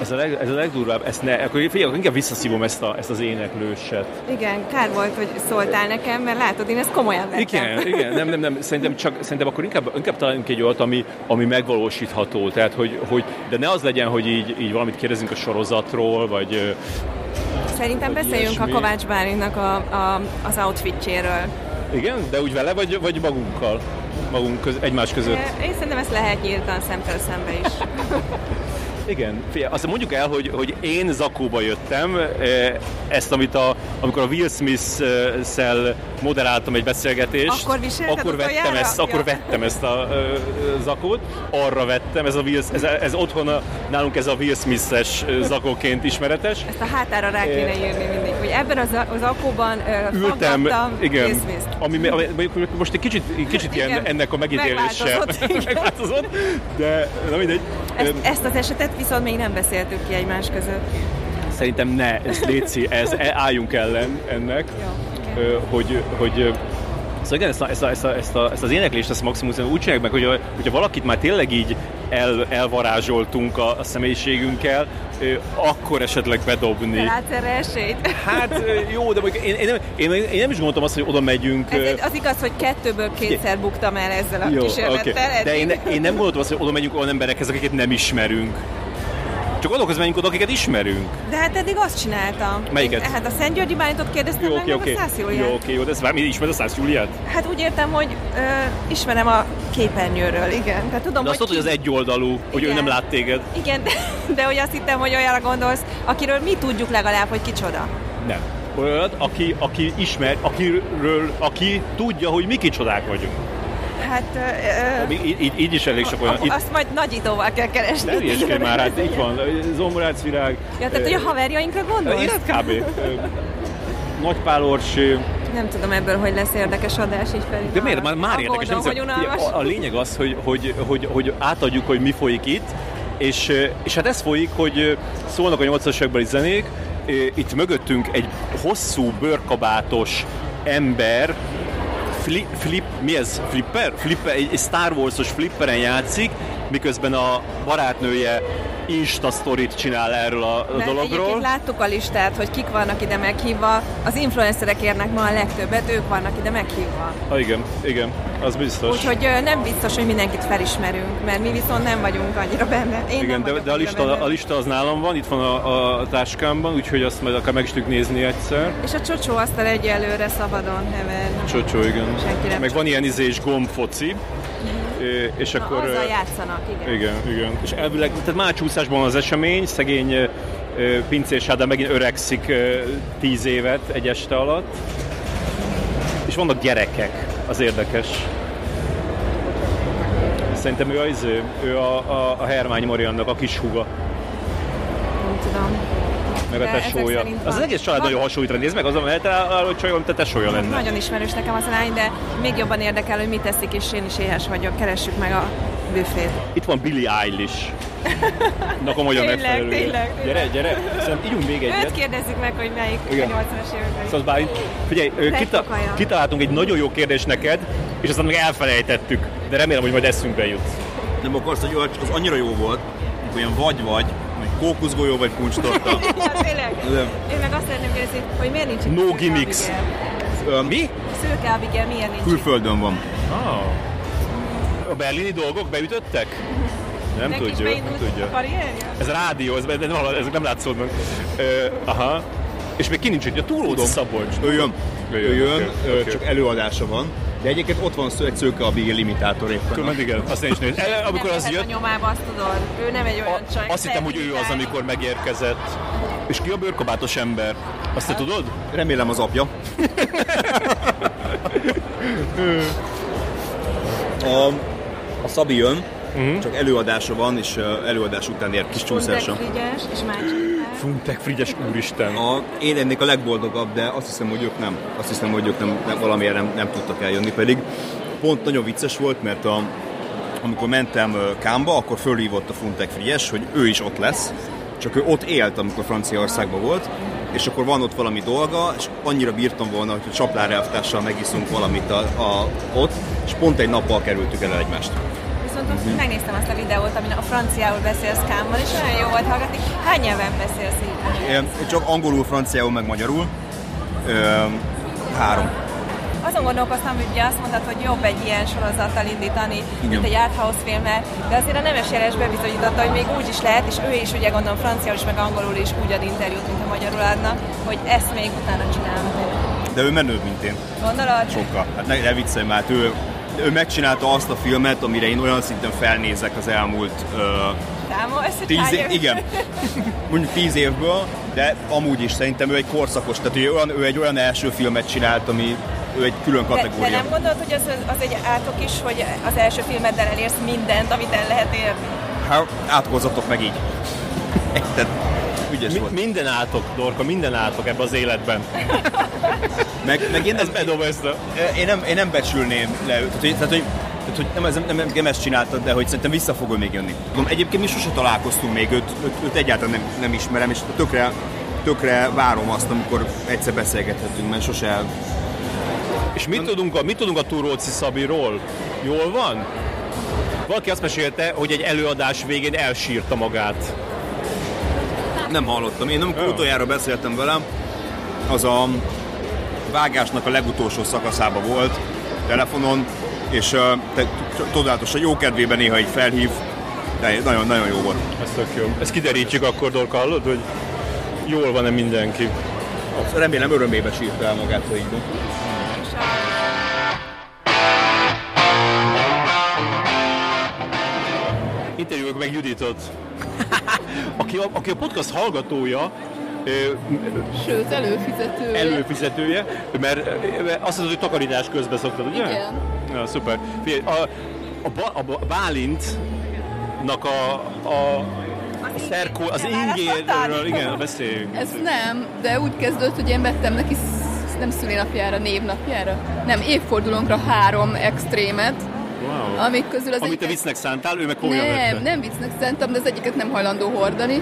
Ez a, leg, ez a legdurvább. Ezt ne, akkor figyelj, akkor inkább visszaszívom ezt, a, ezt az éneklőset.
Igen, kár volt, hogy szóltál nekem, mert látod, én ezt komolyan vettem.
Igen, igen, nem, nem, nem, szerintem, csak, szerintem akkor inkább, inkább találjunk egy olyat, ami, ami megvalósítható, tehát hogy, hogy, de ne az legyen, hogy így, így valamit kérdezünk a sorozatról, vagy ö,
Szerintem
Vagy
beszéljünk a
ilyesmi.
Kovács Bálintnak a, a, az outfitjéről.
Igen, de úgy vele, vagy, vagy magunkkal? Magunk köz, egymás között.
Én szerintem ezt lehet nyíltan szemtől szembe is.
Igen. Figyelj, azt mondjuk el, hogy, hogy én zakóba jöttem, eh, ezt, amit a, amikor a Will Smith-szel moderáltam egy beszélgetést,
Akkor viselted
akkor vettem
utoljára?
ezt, akkor
Ja.
vettem ezt a ö, ö, zakót, arra vettem, ez, a Will, ez, ez otthon a, nálunk ez a Will Smith-es ö, zakóként ismeretes,
Ezt a hátára rá kéne írni mindig, hogy ebben az, az akóban ö,
ültem,
faggattam,
igen,
készvész.
ami, ami mondjuk most egy kicsit, kicsit ilyen,
Igen.
ennek a megítélése
Megváltozott, igen.
<laughs> megváltozott, de na mindegy.
Ezt,
Öm,
ezt az esetet viszont még nem beszéltük ki egymás között.
Szerintem ne, ez léci, ez, e- álljunk ellen ennek,
Jó.
ö, hogy, hogy ö, Szóval igen, ezt, a, ezt, a, ezt, a, ezt, a, ezt az éneklést ezt maximum szerintem úgy csináljuk meg, hogy a, hogyha valakit már tényleg így el, elvarázsoltunk a, a személyiségünkkel, ö, akkor esetleg bedobni.
Te látsz erre esélyt?
Hát ö, jó, de mondjuk én, én, nem, én, én nem is gondoltam azt, hogy oda megyünk.
Ez
ö,
egy, az igaz, hogy kettőből kétszer buktam el ezzel a
oké.
kísérlettel. eddig.
De én, én nem gondoltam azt, hogy oda megyünk olyan emberekhez, akiket nem ismerünk. Csak azokhoz menjünk oda, akiket ismerünk.
De hát eddig azt csináltam.
Melyiket?
Hát a Szent Györgyi Bálintot kérdeztem
Jó,
meg,
oké,
meg
oké.
a Szász Júliát.
Jó, oké, jó, de ezt várj, mi ismered a Szász Júliát?
Hát úgy értem, hogy ö, ismerem a képernyőről, igen. Tehát tudom,
De azt tudod,
hogy,
hogy az egyoldalú, hogy ő
Igen.
nem lát téged.
Igen, de, de hogy azt hittem, hogy olyanra gondolsz, akiről mi tudjuk legalább, hogy kicsoda.
Nem. Olyat, aki, aki ismer, akiről, aki tudja, hogy mi kicsodák vagyunk.
Hát ö,
Még Így, így, így is elég sok
ö,
olyan. Itt,
azt majd nagyítóval kell keresni.
ne hülyeskedj már, hát itt van, Zomorác virág.
Ja, tehát, hogy a haverjainkra
ö,
gondolsz?
itt kb. Ö, Nagy Pál Orsi,
Nem tudom ebből, hogy lesz érdekes adás így felé.
De miért? Már, már érdekes.
Nem
Nem
hogy
hiszem. Ugye,
unalmas.
a, a lényeg az, hogy, hogy, hogy, hogy átadjuk, hogy mi folyik itt, és, ö, és hát ez folyik, hogy ö, szólnak a 80-as évekbeli zenék, ö, itt mögöttünk egy hosszú bőrkabátos ember, flip, flip, mi ez? Flipper? Flipper, egy, egy Star Wars-os flipperen játszik, miközben a barátnője Insta sztorit csinál erről a, a
Mert
dologról.
egyébként láttuk a listát, hogy kik vannak ide meghívva. Az influencerek érnek ma a legtöbbet, ők vannak ide meghívva.
Ah, igen, igen, az biztos.
Úgyhogy ö, nem biztos, hogy mindenkit felismerünk, mert mi viszont nem vagyunk annyira benne. Én nem
Igen, de,
vagyok
de a,
annyira
lista,
benne.
a lista az nálam van, itt van a, a táskámban, úgyhogy azt majd akár meg is tudjuk nézni egyszer.
És a csocsó aztán egyelőre szabadon hever.
Csocsó, igen.
Senki nem Mhm.
Meg van ilyen izés gombfoci, Ö, és
Na,
akkor...
azzal
ö,
játszanak, igen.
igen, igen. És elvileg, tehát már csúszásban van az esemény, szegény ö, ö, pincés Ádám megint öregszik ö, tíz évet egy este alatt. És vannak gyerekek, az érdekes. Szerintem ő, a, izé, ő a, a, a Hermány Mariannak a kis húga.
Nem tudom.
meg a
De ezek
tesója.
szerint
Az,
van.
egész család
Van.
nagyon hasonlít rá. Nézd meg, azon lehet áll, hogy csajom, te tesója lenne.
Nagyon ismerős nekem az a lány, de még jobban érdekel, hogy mit teszik, és én is éhes vagyok. Keressük meg a büfét.
Itt van Billy
<laughs>
Eilish. Na komolyan
Tényleg,
megfelelő.
tényleg, tényleg.
Gyere, gyere. Szerintem ígyunk még
Őt
egyet.
kérdezzük meg, hogy melyik
Igen.
a 80-as években.
Szóval Bálint, figyelj, ö, kita-
kaja.
kitaláltunk egy nagyon jó kérdést neked, és aztán meg elfelejtettük, de remélem, hogy majd eszünkbe jut.
Nem akarsz, hogy olyan, csak az annyira jó volt, hogy olyan vagy-vagy, vagy kókuszgolyó, vagy kuncstorta.
Ja, tényleg.
Igen.
Én meg azt szeretném kérdezni, hogy miért nincs itt
No
Szőke
gimmicks.
Abigail?
Ö, Mi?
Szőke Abigail miért nincs itt?
Külföldön van.
Ah.
A berlini dolgok beütöttek? Nem
Neki is
tudja, nem
beindult
tudja.
a karrierje?
Ez rádió, ez, ez, ez nem látszód meg. Ö, aha. És még ki nincs itt, a túlódó Szabolcs.
Ő jön.
Ő
Ő
jön,
jön,
oké,
ö,
oké.
csak előadása van. De egyébként ott van sző, egy szőke a Biggie limitátor éppen.
Különben igen, azt én is néztem. El- Amikor
Nem
az
jöhet
jött,
a nyomába, azt tudod. Ő nem egy olyan csaj.
Azt hittem, hogy ő az, amikor megérkezett. És ki a bőrkabátos ember? Azt te tudod?
Remélem az apja. A, a Szabi jön,
Mhm.
csak előadása van, és ö, előadás után ér kis csúszásra.
Frigyes és Mácsi.
Funtek Frigyes úristen.
A, én lennék a legboldogabb, de azt hiszem, hogy ők nem. Azt hiszem, hogy ők nem, nem valamiért nem, nem tudtak eljönni, pedig pont nagyon vicces volt, mert a, amikor mentem ö, Kámba, akkor fölhívott a Funtek Frigyes, hogy ő is ott lesz, csak ő ott élt, amikor Franciaországban volt, és akkor van ott valami dolga, és annyira bírtam volna, hogy a csaplár elvtársal megiszunk valamit a, a, ott, és pont egy nappal kerültük el egymást.
Viszont most megnéztem azt a videót, amin a franciául beszélsz Kámmal, és olyan jó volt hallgatni. Hány nyelven beszélsz így?
Én csak angolul, franciául, meg magyarul. Ö, három.
Azon gondolkoztam, hogy ugye azt mondtad, hogy jobb egy ilyen sorozattal indítani,
Igen.
mint egy art house filmmel, de azért a nemes jeles bebizonyította, hogy még úgy is lehet, és ő is ugye gondolom franciául is, meg angolul is úgy ad interjút, mint a magyarul adnak, hogy ezt még utána csinálom.
De ő menőbb, mint én.
Gondolod?
Sokkal. Hát ne, ne viccelj már, hát ő, ő megcsinálta azt a filmet, amire én olyan szinten felnézek az elmúlt ö,
Támolsz, hogy
tíz,
rájövök?
é- igen, mondjuk tíz évből, de amúgy is szerintem ő egy korszakos, tehát ő, olyan, ő egy olyan első filmet csinált, ami ő egy külön
De, de
kategória.
nem gondolod, hogy az, az egy átok is, hogy az első filmeddel elérsz mindent, amit el lehet érni?
Hát átkozzatok meg így. Tehát ügyes
Mi,
volt.
minden átok, Dorka, minden átok ebben az életben.
Meg, meg én
Ez
nem,
bedob ezt a...
én nem, én nem becsülném le őt. Tehát, hogy- tehát, hogy, tehát, hogy nem, ez- nem, nem, nem ezt csináltad, de hogy szerintem vissza fog ő még jönni. Tudom, egyébként mi sose találkoztunk még, őt, őt, őt egyáltalán nem, nem, ismerem, és tökre, tökre várom azt, amikor egyszer beszélgethetünk, mert sose...
És mit tudunk a, mit tudunk a Túróci Szabiról? Jól van? Valaki azt mesélte, hogy egy előadás végén elsírta magát.
Nem hallottam. Én amikor utoljára beszéltem velem, az a vágásnak a legutolsó szakaszába volt telefonon, és ö, te- tudatosan jó kedvében néha így felhív, de nagyon-nagyon jó volt.
Ez tök jó. Ezt kiderítjük akkor, Dorka, hallod, hogy jól van-e mindenki?
Remélem örömébe sírta el magát, hogy így van.
Interjúk meg Juditot, aki a, aki a podcast hallgatója, ö,
Sőt, előfizető.
előfizetője, mert ö, mert azt mondod, hogy takarítás közben szoktad, ugye?
Igen.
Ja, szuper. Figyelj, a, a, ba, a Ba- Bálintnak a, a, a szerkó, az ingérről, igen, beszéljünk.
Ez nem, de úgy kezdődött, hogy én vettem neki sz- nem szülinapjára, névnapjára. Nem, évfordulónkra három extrémet,
Wow.
amik közül
Amit
az
te
egyiket-
viccnek szántál, ő meg komolyan
Nem,
vette.
nem viccnek szentem, de az egyiket nem hajlandó hordani.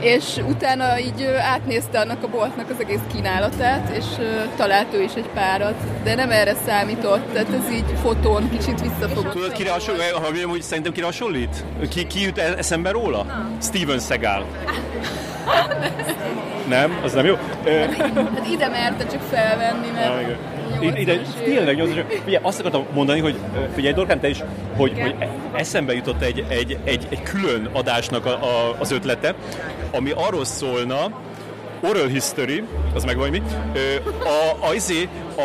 és utána így ö, átnézte annak a boltnak az egész kínálatát, és ö, talált ő is egy párat, de nem erre számított, tehát ez így fotón kicsit visszafogott.
Tudod, kire hasonlít? Ha mondjam, hogy szerintem kire hasonlít? Ki, ki jut e- eszembe róla? Steven Seagal. nem, az nem jó. Ö,
Hát ide merte csak felvenni,
Na,
mert
igen. Ide- Ide, tényleg nyolcas évek. Figyelj, azt akartam mondani, hogy ö, figyelj, Dorkán, te is, hogy, hogy e- eszembe jutott egy, egy, egy, egy külön adásnak a, a, az ötlete, ami arról szólna, Oral History, az meg vagy mi, ö, a, a, izé, a,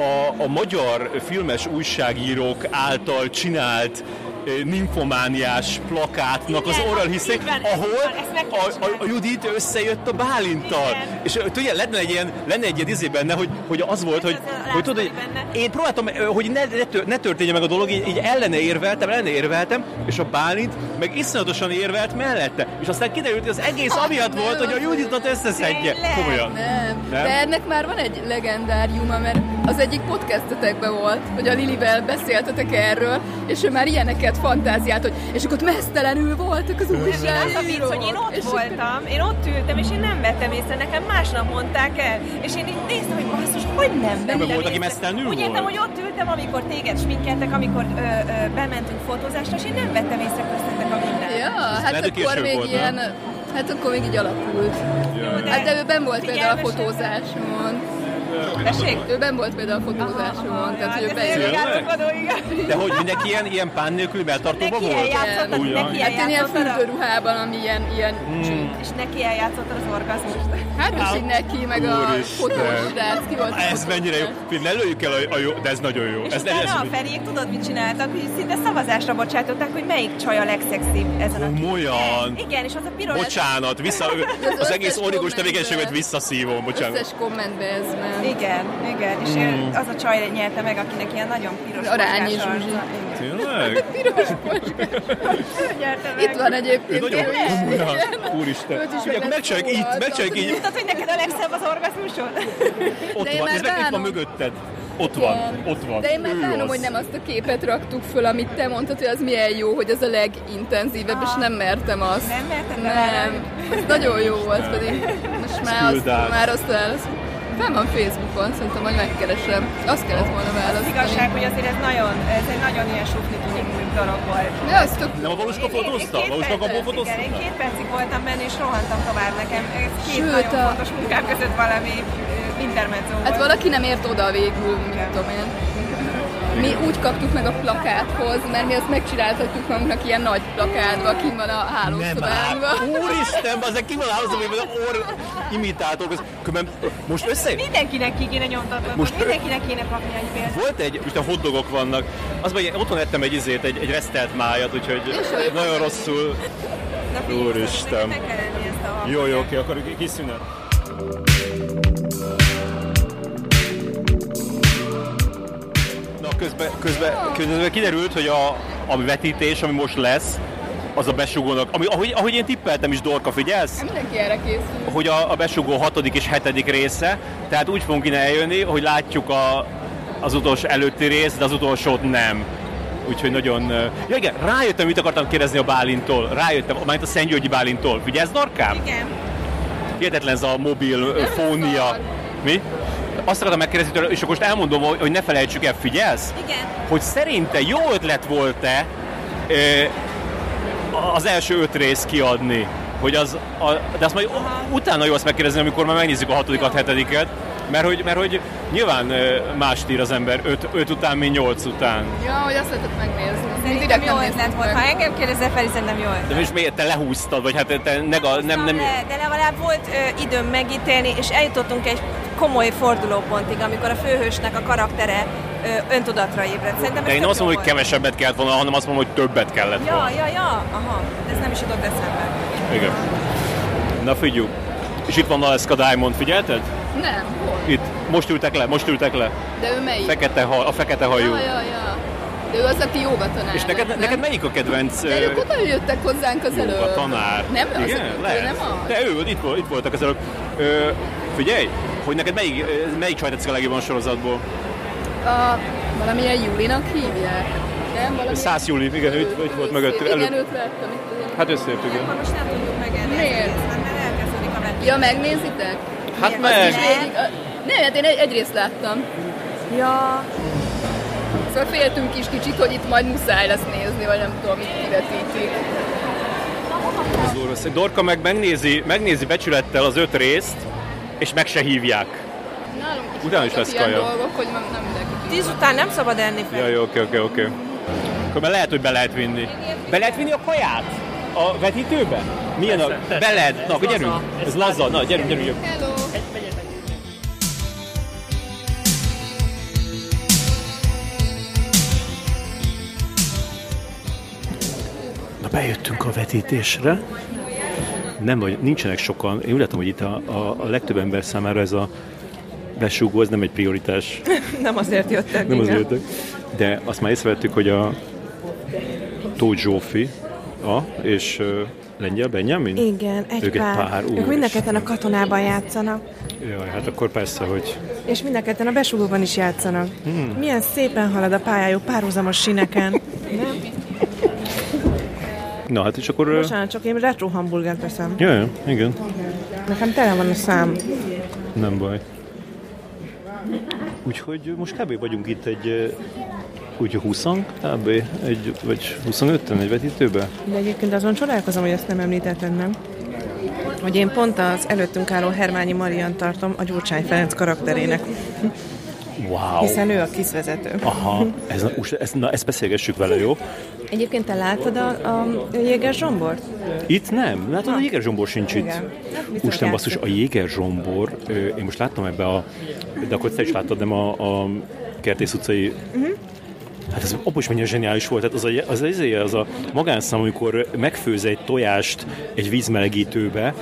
a, a magyar filmes újságírók által csinált ö, ninfomániás plakátnak az
Igen,
Oral
az
History,
így van, ez
ahol
van, ezt meg kell
a, a, a
csinálni.
Judit összejött a Bálinttal.
Igen.
És ö, tudja, lenne egy ilyen, lenne egy ilyen izé benne, hogy, hogy az volt, hogy,
az a
hogy tudod, hogy
látszani benne.
én próbáltam, ö, hogy ne, ne tör- ne történjen meg a dolog, így, így ellene érveltem, ellene érveltem, és a Bálint meg iszonyatosan érvelt mellette. És aztán kiderült, hogy az egész amiatt volt, hogy a Juditot összeszedje.
Tényleg?
Komolyan.
Nem.
Nem?
nem. De ennek már van egy legendáriuma, mert az egyik podcastetekben volt, hogy a Lilivel beszéltetek erről, és ő már ilyeneket fantáziált, hogy és akkor ott mesztelenül voltak az
Én az a vicc,
újságírók.
hogy én ott
És
voltam, én ott ültem, és én nem vettem észre, nekem másnap mondták el, és én így néztem, hogy basszus, hogy nem vettem
volt, aki
észre.
mesztelenül
Úgy értem,
volt?
hogy ott ültem, amikor téged sminkeltek, amikor ö, ö, bementünk fotózásra, és én nem vettem észre köztetek a mindent.
Ja, hát
Lehet, hogy
akkor
később
még
volt, nem?
ilyen, hát akkor még így alakult. Hát de ő ben volt például a
Figyelmesek.
fotózáson.
Tessék? Hát
Ő ben volt például a fotózáson, tehát hogy ő bejött.
eljátszokodó, igen.
De hogy mindenki ilyen, ilyen pán nélkül beltartóban
Neki
volt?
eljátszottad,
Ugyan.
neki
Hát én ilyen
eljátszottad, a-
fürdőruhában, ami ilyen, ilyen csík.
és neki eljátszottad az orgazmust.
Hmm. Hát most így neki, meg a
Úristen.
fotós srác, ki volt a
Ez
fotós
mennyire jó.
srác?
Figyelj, Ne lőjük el a, a jó, de ez nagyon jó.
És
Ez,
utána
ez,
a Feriék tudod, mit csináltak? Hogy szinte szavazásra bocsátották, hogy melyik csaj a legszexibb ezen a
Komolyan.
Igen, és az a piros...
Bocsánat, vissza, az,
összes
egész origós
kommentben.
tevékenységet visszaszívom, bocsánat.
Összes kommentbe ez ment.
Igen, igen,
Hmm.
és mm. az a csaj nyerte meg, akinek ilyen nagyon piros
Arányi
mozgás
Zsuzsi.
arca. Igen.
Tényleg?
Piros pocskás.
Ő nyerte meg.
Itt van
Ő
egyébként.
nagyon
tényleg.
komolyan.
Őt
Úristen.
is szóval
Ugye, akkor megcsináljuk
meg
így, megcsináljuk így.
Tudod, hogy neked a legszebb az orgazmusod?
Ott
De én
van,
már
ez meg itt van
bánom.
mögötted. Ott van, ott van.
De én már
Ő
bánom,
az.
hogy nem azt a képet raktuk föl, amit te mondtad, hogy az milyen jó, hogy az a legintenzívebb, és nem mertem azt.
Nem merted
Nem. Ez nagyon jó volt pedig. Most már azt,
Küld át.
már azt el, azt Fenn van Facebookon, szerintem, hogy megkeresem. Azt kellett volna
Az
választani.
igazság, hogy azért ez nagyon, ez egy nagyon ilyen sufni dolog volt.
De az tök
Nem a valóska
Én- én- én
fotózta?
két
Valóska
percet-
abból fotózta?
Igen, én két percig voltam benne, és rohantam tovább nekem. Ez két
Sőt,
nagyon
a-
fontos munkám között valami ö, intermezzo
Hát
volt.
valaki nem ért oda végül, mit tudom én. Mi úgy kaptuk meg a plakáthoz, mert mi azt megcsináltattuk magunknak ilyen nagy plakátba, kim van a Szóval hálószobában.
hát, Úristen, az ki van házom, hogy az orr imitátok. Ez- Különben most össze...
Mindenkinek ki kéne
Most-
nyomtatnod, Most mindenkinek kéne kapni egy példát.
Volt egy, most a hoddogok vannak, az meg én otthon ettem egy izét, egy, egy resztelt májat, úgyhogy
olyan.
nagyon rosszul.
Na, figyelj,
Úristen.
Meg kell enni ezt a hangot.
Jó, jó, oké, akkor kis szünet. Na, közben, közben, közben kiderült, hogy a, a vetítés, ami most lesz, az a besugónak, ami, ahogy, ahogy én tippeltem is, Dorka, figyelsz?
Mindenki erre készül.
hogy a, a besugó hatodik és hetedik része, tehát úgy fogunk innen eljönni, hogy látjuk a, az utolsó előtti részt, de az utolsót nem. Úgyhogy nagyon... ö, Ja igen, rájöttem, mit akartam kérdezni a Bálintól. Rájöttem, majd a Szentgyörgyi Bálintól. Figyelsz, Dorkám?
Igen.
Hihetetlen ez a mobil ö, fónia.
szar.
Mi? Azt akartam megkérdezni tőle, és akkor most elmondom, hogy hogy ne felejtsük el, figyelsz?
Igen.
Hogy szerinte jó ötlet volt-e ö, az első öt rész kiadni? Hogy az, a, de azt majd utána jó azt megkérdezni, amikor már megnézzük a hatodikat, hetediket, mert hogy, mert hogy nyilván ö, mást ír az ember öt, öt után, mint nyolc után.
Ja, hogy azt lehetett megnézni. Mi
Szerintem
direkt
jó
nem
ötlet
néztük
volt. Ha
meg.
engem kérdezel fel, szerintem jó ötlet. Szóval,
De most miért te lehúztad, vagy hát te nega, nem, nem,
De, de legalább volt ö, időm megítélni, és eljutottunk egy komoly fordulópontig, amikor a főhősnek a karaktere ö, öntudatra ébredt. Szerintem
de
ez
én
tök
azt
jó
mondom, hogy
volt.
kevesebbet kellett volna, hanem azt mondom, hogy többet kellett volna.
Ja, ja, ja, aha, ez nem is jutott eszembe.
Igen. Na figyú. És itt van Alaska Diamond, figyelted?
Nem, volt.
Itt, most ültek le, most ültek le.
De ő melyik?
Fekete hal, a fekete hajú.
Ja, ja, ja. De ő az, aki jóga tanár.
És neked,
lett,
neked
nem?
melyik a kedvenc
De
ö,
ők oda jöttek hozzánk az előbb.
a tanár?
Nem, az
Igen,
előbb, ő
lehet.
nem az.
De ő, itt, volt- itt voltak az előbb. Ö, figyelj, hogy neked melyik, ö, melyik csaj tetszik a legjobban a sorozatból?
A, valamilyen Julinak hívják. Nem, valami...
Szász Júli, igen, ő itt, itt volt mögött.
Igen,
Előbb.
őt láttam itt.
Hát ő szép, igen.
Akkor most nem tudjuk megenni.
Miért?
ezt a részt, Mert elkezdődik a vetés.
Ja, megnézitek?
Hát
Meg.
meg,
Végig, a... Nem, hát én egy, egy részt láttam.
Ja,
Szóval féltünk is kicsit, hogy itt majd muszáj lesz nézni, vagy nem tudom, mit kivetítik.
az úr össze. Dorka meg megnézi, megnézi becsülettel az öt részt, és meg se hívják.
Nálunk is
Utána is
voltak
lesz
ilyen
kaja.
dolgok, hogy nem, nem mindenki
tíz után nem szabad enni fel.
Ja, jó, oké, oké, oké. Akkor már lehet, hogy be lehet vinni. Be lehet vinni a kaját? A vetítőbe? Milyen a... Be lehet. Na, akkor gyerünk. Ez laza. Na, gyerünk, gyerünk. gyerünk.
Hello!
Na bejöttünk a vetítésre. Nem vagy, nincsenek sokan. Én úgy látom, hogy itt a, a, a legtöbb ember számára ez a besúgó, ez nem egy prioritás.
<laughs> Nem azért jöttek.
Nem az
igen.
jöttek. De azt már észrevettük, hogy a Tóth Zsófi a, és ö, Lengyel Benjamin?
Igen, egy
ők
pár.
Egy pár
ők mind a
úristen.
ketten a katonában játszanak,
Jaj, hát akkor persze, hogy
és mind a ketten a besugóban is játszanak.
Hmm.
Milyen szépen halad a pályájuk párhuzamos
<laughs>
sineken.
Na hát és akkor... Most
Bocsánat, csak én retro hamburgert teszem.
Jaj, jaj, igen,
Nekem tele van a szám.
nem baj. Úgyhogy most kb. vagyunk itt egy ö, úgy 20 kb. Egy, vagy 25-en egy vetítőbe?
De egyébként azon csodálkozom, hogy ezt nem említetted, nem? Hogy én pont az előttünk álló Hermányi Marian tartom a Gyurcsány Ferenc karakterének,
Wow!
hiszen ő a kisvezető.
Aha, ez, ús- ez, na, ezt beszélgessük vele, jó?
Egyébként te láttad a, a Jéger Zsombort?
Itt nem, látod, a Jéger Zsombor sincs itt.
Igen. Hát, viszont
Úristen, basszus, a
látszik.
Jéger Zsombor, ö, én most láttam ebbe a, de akkor te is láttad, nem a, a Kertész utcai
Mhm.
Hát ez abban is mennyire zseniális volt. Tehát az a, az, izé, az, az a magánszám, amikor megfőz egy tojást egy vízmelegítőbe,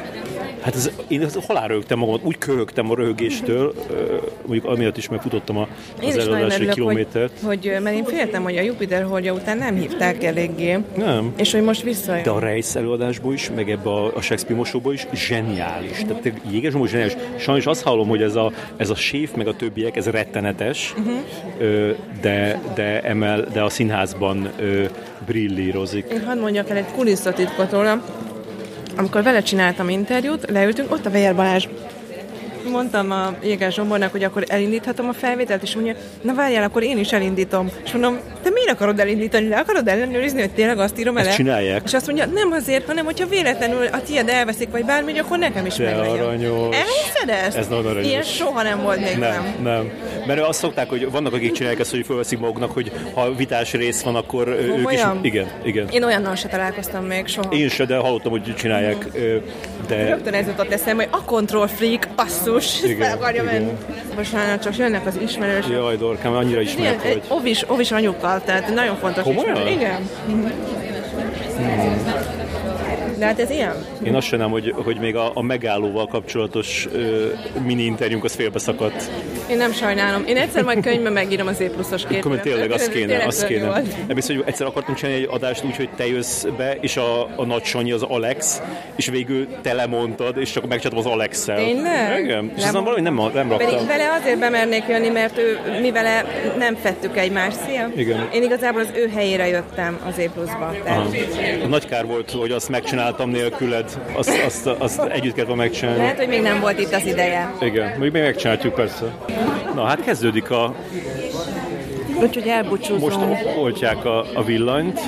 Hát ez, én ez, halál rögtem magamat, úgy köhögtem a röhögéstől, ö, mondjuk amiatt is megfutottam a, az
Én is nagyon
előadásra
örülök, hogy,
kilométert.
hogy, mert én féltem, hogy a Jupiter holdja után nem hívták eléggé.
Nem.
És hogy most visszajön.
De a Reis előadásból is, meg ebbe a, a Shakespeare mosóból is zseniális. Tehát tényleg jéges most zseniális. Sajnos azt hallom, hogy ez a, ez a séf, meg a többiek, ez rettenetes,
Mhm.
uh-huh. de, de, emel, de a színházban ö, brillírozik.
Én hadd mondjak el egy kulisszatitkot róla. Amikor vele csináltam interjút, leültünk, ott a Vejer Balázs mondtam a Jégás Zsombornak, hogy akkor elindíthatom a felvételt, és mondja, na várjál, akkor én is elindítom. És mondom, te miért akarod elindítani? Le akarod ellenőrizni, hogy tényleg azt írom
Ezt
el?
csinálják.
És azt mondja, nem azért, hanem hogyha véletlenül a tiéd elveszik, vagy bármi, hogy akkor nekem is
De
meglegyen.
aranyos.
Elhiszed ezt?
Ez nagyon aranyos.
Ilyen soha nem volt még
Nem, nem. Mert azt szokták, hogy vannak, akik csinálják ezt, hogy fölveszik maguknak, hogy ha vitás rész van, akkor ö, ők is...
Komolyan?
Igen, igen.
Én olyannal se találkoztam még soha.
Én se, de hallottam, hogy csinálják. ö, De
Rögtön ez jutott eszembe, hogy a control freak, basszus, ezt
Igen,
fel akarja
igen.
menni. Bocsánat, csak jönnek az ismerősök.
jaj, Dorkám, annyira
És
ismerek,
Ilyen,
hogy...
egy ovis, ovis anyukkal, tehát nagyon fontos
Komolyan? Hmm.
ismerő. Igen. De hát ez ilyen.
Én azt sajnálom, hogy, hogy még a, a megállóval kapcsolatos ö, mini interjúnk az félbeszakadt.
Én nem sajnálom. Én egyszer majd könyvben megírom az E-pluszos képet.
Akkor tényleg
Hát,
az kéne, az kéne. Nem biztos, hogy egyszer akartunk csinálni egy adást úgy, hogy te jössz be, és a, a nagy Sanyi az Alex, és végül te lemondtad, és csak megcsináltam az Alex-el.
Tényleg?
Igen. És aztán valahogy
Lemond-
nem, nem
Pedig
raktam.
vele azért bemernék jönni, mert ő, mi vele nem fettük egymást. Szia!
Igen.
Én igazából az ő helyére jöttem az E-pluszba. Tehát
Nagy kár volt, hogy azt megcsináltam nélküled. Azt, azt, azt együtt kellett volna megcsinálni.
lehet, hogy még nem volt itt az ideje.
Igen, még még megcsináljuk persze. Na hát kezdődik a...
Úgyhogy elbúcsúzom.
Most oltják a, a villanyt.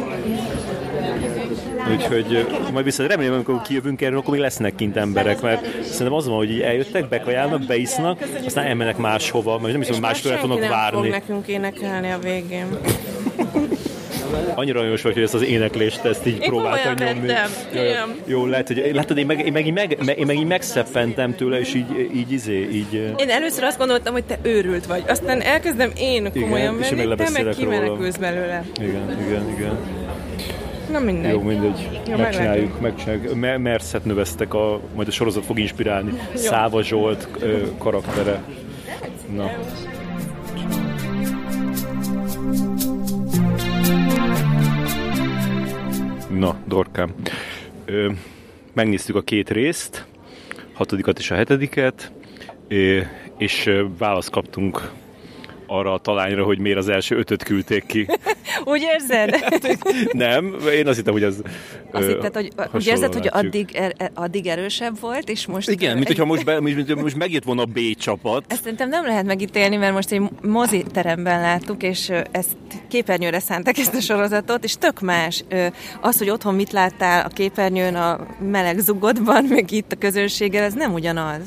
Úgyhogy ö, majd viszont remélem, amikor kijövünk erről, akkor még lesznek kint emberek, mert szerintem az van, hogy így eljöttek, bekajálnak, beisznak, aztán elmennek máshova, mert nem hiszem,
És
hogy
már
másfél
senki
fognak
nem
várni.
Fog nekünk énekelni a végén.
Annyira aranyos vagy, hogy ezt az éneklést ezt így
Én
próbáltam
komolyan
nyomni.
vettem.
Jaj,
Igen.
Jó, lehet, hogy látod, én meg, én meg, így meg, én meg így megszeppentem tőle, és így, így izé, így... ö,
Én először azt gondoltam, hogy te őrült vagy. Aztán elkezdem én komolyan
és én meg
venni, te meg
lebeszélek róla.
kimenekülsz belőle.
Igen, igen, igen.
Na mindegy.
Jó, mindegy.
Jó,
megcsináljuk, megcsináljuk. Me- Merszet növeztek, a, majd a sorozat fog inspirálni. Száva Zsolt ö, karaktere. Na. Na, Dorkám. Ö, megnéztük a két részt, hatodikat és a hetediket, ö, és ö, választ kaptunk arra a talányra, hogy miért az első ötöt küldték ki.
Úgy érzed?
Nem, én azt hittem, hogy az...
Azt
ö,
hitted, hogy, úgy
hasonló
érzed, hogy
látjuk.
addig, er, er- addig erősebb volt, és most...
Igen, mint hogyha most, be, mint, mint, most megjött volna a B csapat.
Ezt szerintem nem lehet megítélni, mert most egy moziteremben láttuk, és ö, ezt képernyőre szánták ezt a sorozatot, és tök más ö, az, hogy otthon mit láttál a képernyőn a meleg zugodban, <laughs> meg itt a közönséggel, ez nem ugyanaz.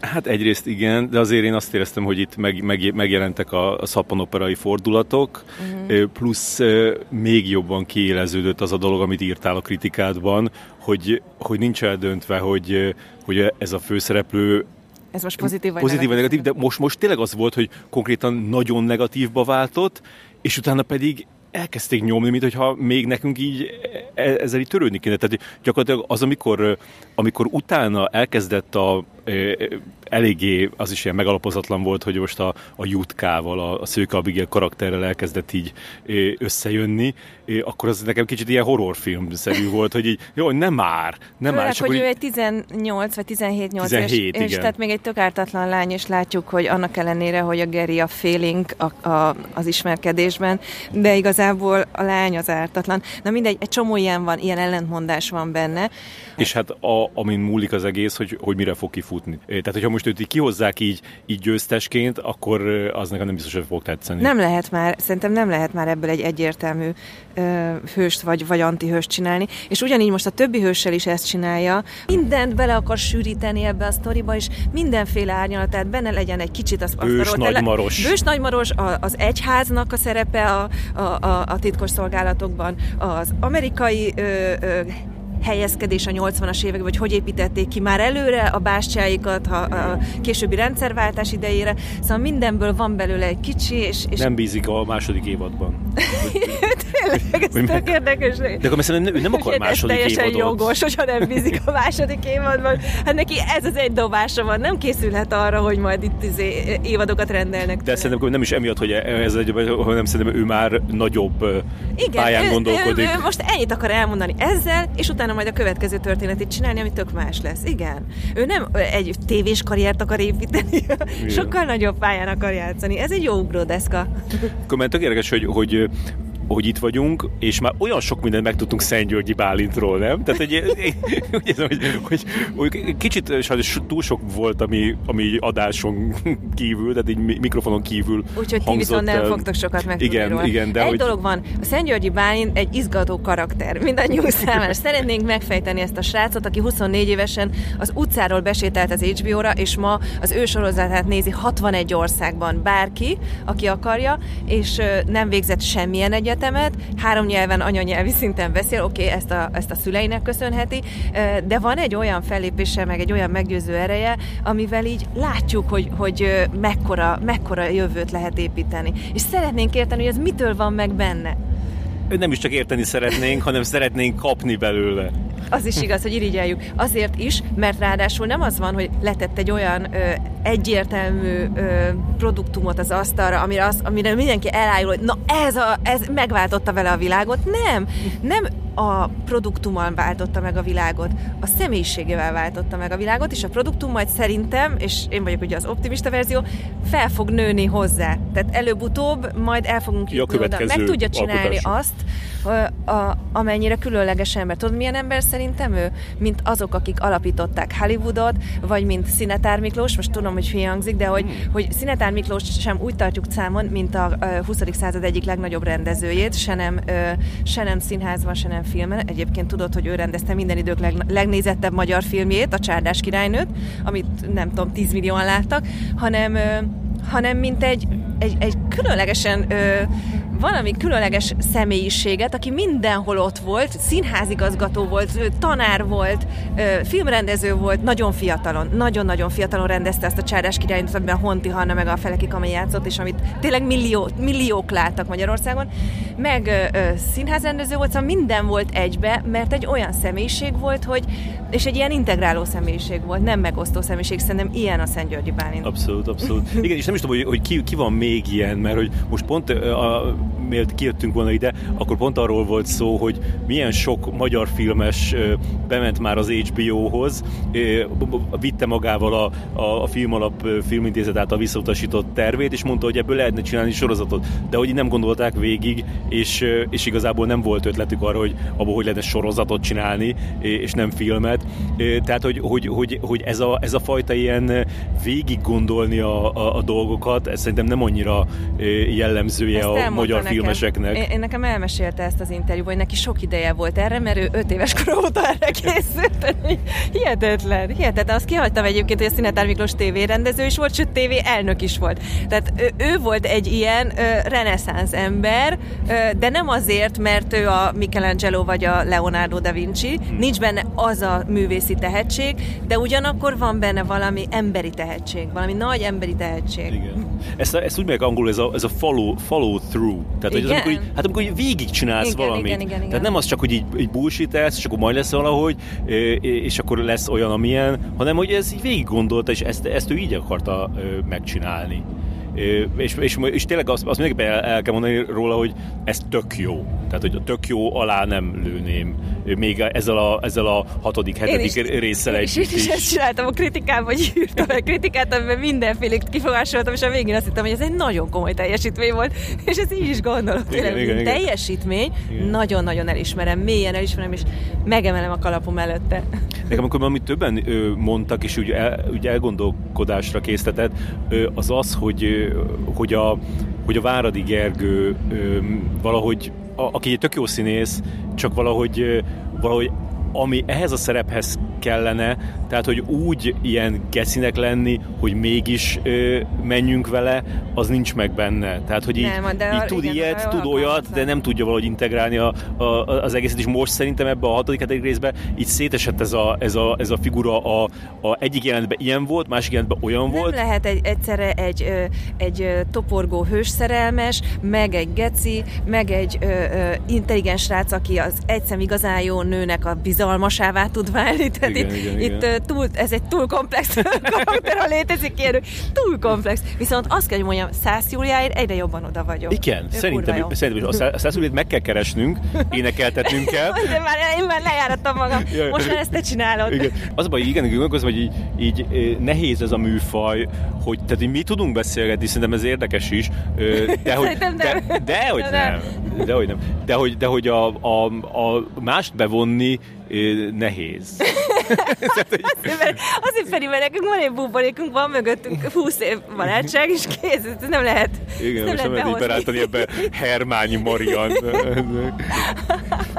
Hát egyrészt igen, de azért én azt éreztem, hogy itt meg, meg, megjelentek a, a szappanoperai fordulatok,
Mhm.
uh-huh. plusz ö, még jobban kiéleződött az a dolog, amit írtál a kritikádban, hogy, hogy nincs eldöntve, hogy, ö, hogy ez a főszereplő
Ez most pozitív vagy
pozitív vagy negatív, de most, most tényleg az volt, hogy konkrétan nagyon negatívba váltott, és utána pedig elkezdték nyomni, mint hogyha még nekünk így e- ezzel így törődni kéne. Tehát gyakorlatilag az, amikor, ö, amikor utána elkezdett a ö, ö, eléggé, az is ilyen megalapozatlan volt, hogy most a, a jutkával, a, a szőke Abigail karakterrel elkezdett így ö, összejönni, ö, akkor az nekem kicsit ilyen horrorfilmszerű volt, hogy így, jó, nem már, nem már.
Főleg,
és
hogy
akkor
ő
így-
egy 18 vagy 17 8
17,
és, és
igen.
tehát még egy tök ártatlan lány, és látjuk, hogy annak ellenére, hogy a Geri a félénk a, a, az ismerkedésben, de igazából a lány az ártatlan. Na mindegy, egy csomó ilyen van, ilyen ellentmondás van benne.
És hát a, amin múlik az egész, hogy, hogy mire fog kifutni. Ö, Tehát, hogyha most őt így kihozzák így, így győztesként, akkor ö, az nekem nem biztos, hogy fog tetszeni.
Nem lehet már, szerintem nem lehet már ebből egy egyértelmű ö, hőst vagy, vagy antihőst csinálni. És ugyanígy most a többi hőssel is ezt csinálja. Mindent bele akar sűríteni ebbe a sztoriba, és mindenféle árnyalatát benne legyen egy kicsit az
Bős
asztalról tele-
nagymaros.
Bős nagymaros, a, az egyháznak a szerepe a, a, a, a titkos szolgálatokban, az amerikai ö, ö, helyezkedés a 80-as években, vagy hogy építették ki már előre a bástyáikat ha, a későbbi rendszerváltás idejére. Szóval mindenből van belőle egy kicsi, és... és
Nem bízik a második évadban.
Tényleg, ez
Hogy meg-
tök érdekes.
De akkor szerintem ő nem akar
Úgyhogy
második
<laughs> ez teljesen
évadot.
jogos, hogyha nem bízik a második évadban. Hát neki ez az egy dobása van, nem készülhet arra, hogy majd itt izé, évadokat rendelnek.
De szerintem nem is emiatt, hogy e- ez egy, hanem szerintem ő már nagyobb ö, pályán
ő-
gondolkodik.
Ő, ő, most ennyit akar elmondani ezzel, és utána majd a következő történetét csinálni, ami tök más lesz. Igen. Ő nem ö, egy tévés karriert akar építeni, sokkal nagyobb pályán akar játszani. Ez egy jó ugródeszka.
Akkor már tök érdekes, hogy, hogy hogy itt vagyunk, és már olyan sok mindent megtudtunk Szentgyörgyi Bálintról, nem? Tehát egy, egy, úgy érzem, hogy, hogy, hogy kicsit sajnos túl sok volt, ami, ami adáson kívül, tehát így mi- mikrofonon kívül
Úgyhogy ti
hangzott
viszont nem
el.
fogtok sokat megtudni
Igen,
róla.
igen, de
Egy
hogy...
dolog van, a Szentgyörgyi Bálint egy izgató karakter,
<laughs>
mindannyiunk számára. Szeretnénk megfejteni ezt a srácot, aki 24 évesen az utcáról besételt az HBO-ra, és ma az ő sorozatát nézi 61 országban bárki, aki akarja, és ö, nem végzett semmilyen egyetemet, három nyelven anyanyelvi szinten beszél, oké, okay, ezt, a, ezt a szüleinek köszönheti, ö, de van egy olyan fellépése, meg egy olyan meggyőző ereje, amivel így látjuk, hogy, hogy ö, mekkora, mekkora jövőt lehet építeni. És szeretnénk érteni, hogy ez mitől van meg benne.
Nem is csak érteni szeretnénk, hanem szeretnénk kapni belőle.
Az is igaz, hogy irigyeljük. Azért is, mert ráadásul nem az van, hogy letett egy olyan ö, egyértelmű ö, produktumot az asztalra, amire, az, amire mindenki elájul, hogy na ez, a, ez megváltotta vele a világot. Nem, nem a produktummal váltotta meg a világot, a személyiségével váltotta meg a világot, és a produktum majd szerintem, és én vagyok ugye az optimista verzió, fel fog nőni hozzá. Tehát előbb-utóbb majd el fogunk
Ja, a
jutni oda. Meg
következő
tudja csinálni
alkotások.
azt, ö, a, amennyire különleges ember. Tudod, milyen ember szerintem ő? Mint azok, akik alapították Hollywoodot, vagy mint Szinetár Miklós, most tudom, hogy hülye hangzik, de hogy, hogy Szinetár Miklós sem úgy tartjuk számon, mint a ö, 20. század egyik legnagyobb rendezőjét, se nem, ö, se nem színházban, se nem filmen. Egyébként tudod, hogy ő rendezte minden idők leg, legnézettebb magyar filmjét, a Csárdás királynőt, amit nem tudom, 10 millióan láttak, hanem, ö, hanem mint egy, egy, egy különlegesen ö, valami különleges személyiséget, aki mindenhol ott volt, színházigazgató volt, ö, tanár volt, ö, filmrendező volt, nagyon fiatalon, nagyon-nagyon fiatalon rendezte ezt a Csárdás királynőt, amiben Honti Hanna meg a Feleki Kamai játszott, és amit tényleg millió, milliók láttak Magyarországon, meg ö, ö, színházrendező volt, szóval minden volt egybe, mert egy olyan személyiség volt, hogy, és egy ilyen integráló személyiség volt, nem megosztó személyiség, szerintem ilyen a Szent Györgyi Bálint.
Abszolút, abszolút. Igen, és nem is tudom, hogy, hogy ki, ki van még ilyen, mert hogy most pont, ö, a, miért kijöttünk volna ide, akkor pont arról volt szó, hogy milyen sok magyar filmes ö, bement már az HBO-hoz, ö, b- b- vitte magával a, a, a film alap ö, filmintézet által visszautasított tervét, és mondta, hogy ebből lehetne csinálni sorozatot, de hogy így nem gondolták végig, és, ö, és igazából nem volt ötletük arra, hogy abból hogy lehetne sorozatot csinálni, ö, és nem filmet. Ö, Tehát, hogy, hogy, hogy, hogy ez, a, ez a fajta ilyen ö, végig gondolni a, a, a dolgokat, ez szerintem nem annyira ö, jellemzője
Ezt
a
elmondta
magyar
nekem.
filmeseknek.
Én, én nekem elmesélte ezt az interjú, hogy neki sok ideje volt erre, mert ő öt éves kor óta erre készült. <laughs> Hihetetlen, hihetetlen. Azt kihagytam egyébként, hogy a Szinetár Miklós tévérendező is volt, sőt tévé elnök is volt. Tehát ő, ő volt egy ilyen ö, reneszánsz ember, ö, de nem azért, mert ő a Michelangelo vagy a Leonardo da Vinci,
Hm.
nincs benne az a művészi tehetség, de ugyanakkor van benne valami emberi tehetség, valami nagy emberi tehetség.
Igen. Ezt, ezt úgy meg angolul, ez a, ez a follow, follow through. Tehát, hogy az,
Igen?
amikor, így, hát amikor így végigcsinálsz
Igen,
valamit.
igen, igen, igen.
Tehát nem az csak, hogy így, így bullshitelsz, és akkor majd lesz valahogy, ö, és akkor lesz olyan, amilyen, hanem hogy ez így végig gondolta, és ezt, ezt ő így akarta ö, megcsinálni. Ö, És, és, és tényleg azt, azt mindenképpen el, el kell mondani róla, hogy ez tök jó. Tehát, hogy a tök jó alá nem lőném. Ö, Még ezzel a, ezzel a hatodik, hetedik résszel
én
együtt
is, én is ezt csináltam a kritikában, hogy írtam egy kritikát, amiben mindenfélét kifogásoltam, és a végén azt hittem, hogy ez egy nagyon komoly teljesítmény volt, és ez így is gondolom. Tényleg,
igen,
mint
igen.
teljesítmény, nagyon-nagyon elismerem, mélyen elismerem, és megemelem a kalapom előtte.
Nekem akkor amit többen ö, mondtak, és úgy, el, úgy elgondolkodásra késztetett, ö, az az, hogy, ö, hogy, a, hogy a Váradi Gergő ö, valahogy, a, aki egy tök jó színész, csak valahogy, ö, valahogy a, ami ehhez a szerephez kellene, tehát hogy úgy ilyen gecinek lenni, hogy mégis ö, menjünk vele, az nincs meg benne. Tehát, hogy így,
Nem, de
így
ar-
tud
igen,
ilyet,
arra
tud olyat, de
alkalmatlan.
nem tudja valahogy integrálni a, a, az egészet, és most szerintem ebbe a hatodik, hetedik részbe így szétesett ez a, ez a, ez a figura, a, a egyik jelentben ilyen volt, másik jelentben olyan volt.
Nem lehet egy, egyszerre egy, ö, egy ö, toporgó hősszerelmes, meg egy geci, meg egy ö, ö, intelligens srác, aki az egyszem igazán jó nőnek a bizalmasává tud válni. Tehát
Igen,
itt,
igen,
itt
igen.
ö, Túl, ez egy túl komplex <laughs> karakter, ha létezik ilyen, túl komplex. Viszont azt kell, hogy mondjam, Szász Júliáért egyre jobban oda vagyok.
Igen,
Ő
szerintem,
kurva jó.
szerintem is. A százszulét meg kell keresnünk, énekeltetnünk kell.
De már, én már lejárattam magam.
Jaj.
Most már ezt te csinálod.
Igen. Az a baj, igen, igen, gondolkozom, hogy így, így eh, nehéz ez a műfaj, hogy, tehát, hogy mi tudunk beszélgetni, szerintem ez érdekes is, ö, de hogy,
Szerintem nem.
de, de, hogy nem.
Nem.
De hogy nem. De hogy, de hogy a, a, a mást bevonni eh, nehéz.
Azért, mert, azért pedig, mert nekünk van egy buborékunk, van mögöttünk 20 év barátság, és kész, ez nem lehet.
Igen,
ezt
most nem lehet így berántani ebbe Hermányi Marian.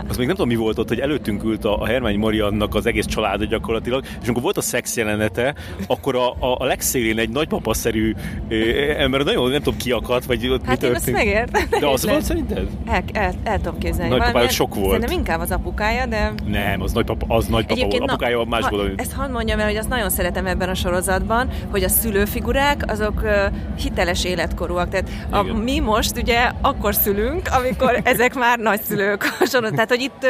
Azt még nem tudom, mi volt ott, hogy előttünk ült a, a Hermányi Mariannak az egész családa gyakorlatilag, és amikor volt a szex jelenete, akkor a, a, a legszélén egy nagypapaszerű ö, ember nagyon nem tudom ki akadt, vagy ott
Hát
mi
én azt
történt.
megértem.
De az volt szerinted?
El, el, el tudom képzelni.
Nagypapája
Valamilyen-
sok volt.
Szerintem inkább az apukája, de...
Nem, az nagypapa, az nagypapa volt.
na-
Apukája más
ha-
volt.
Ezt hadd mondjam el, hogy azt nagyon szeretem ebben a sorozatban, hogy a szülőfigurák azok ö, hiteles életkorúak. Tehát a,
Igen.
mi most ugye akkor szülünk,
<laughs>
amikor ezek már nagyszülők a sorozat. Tehát, hogy itt ö,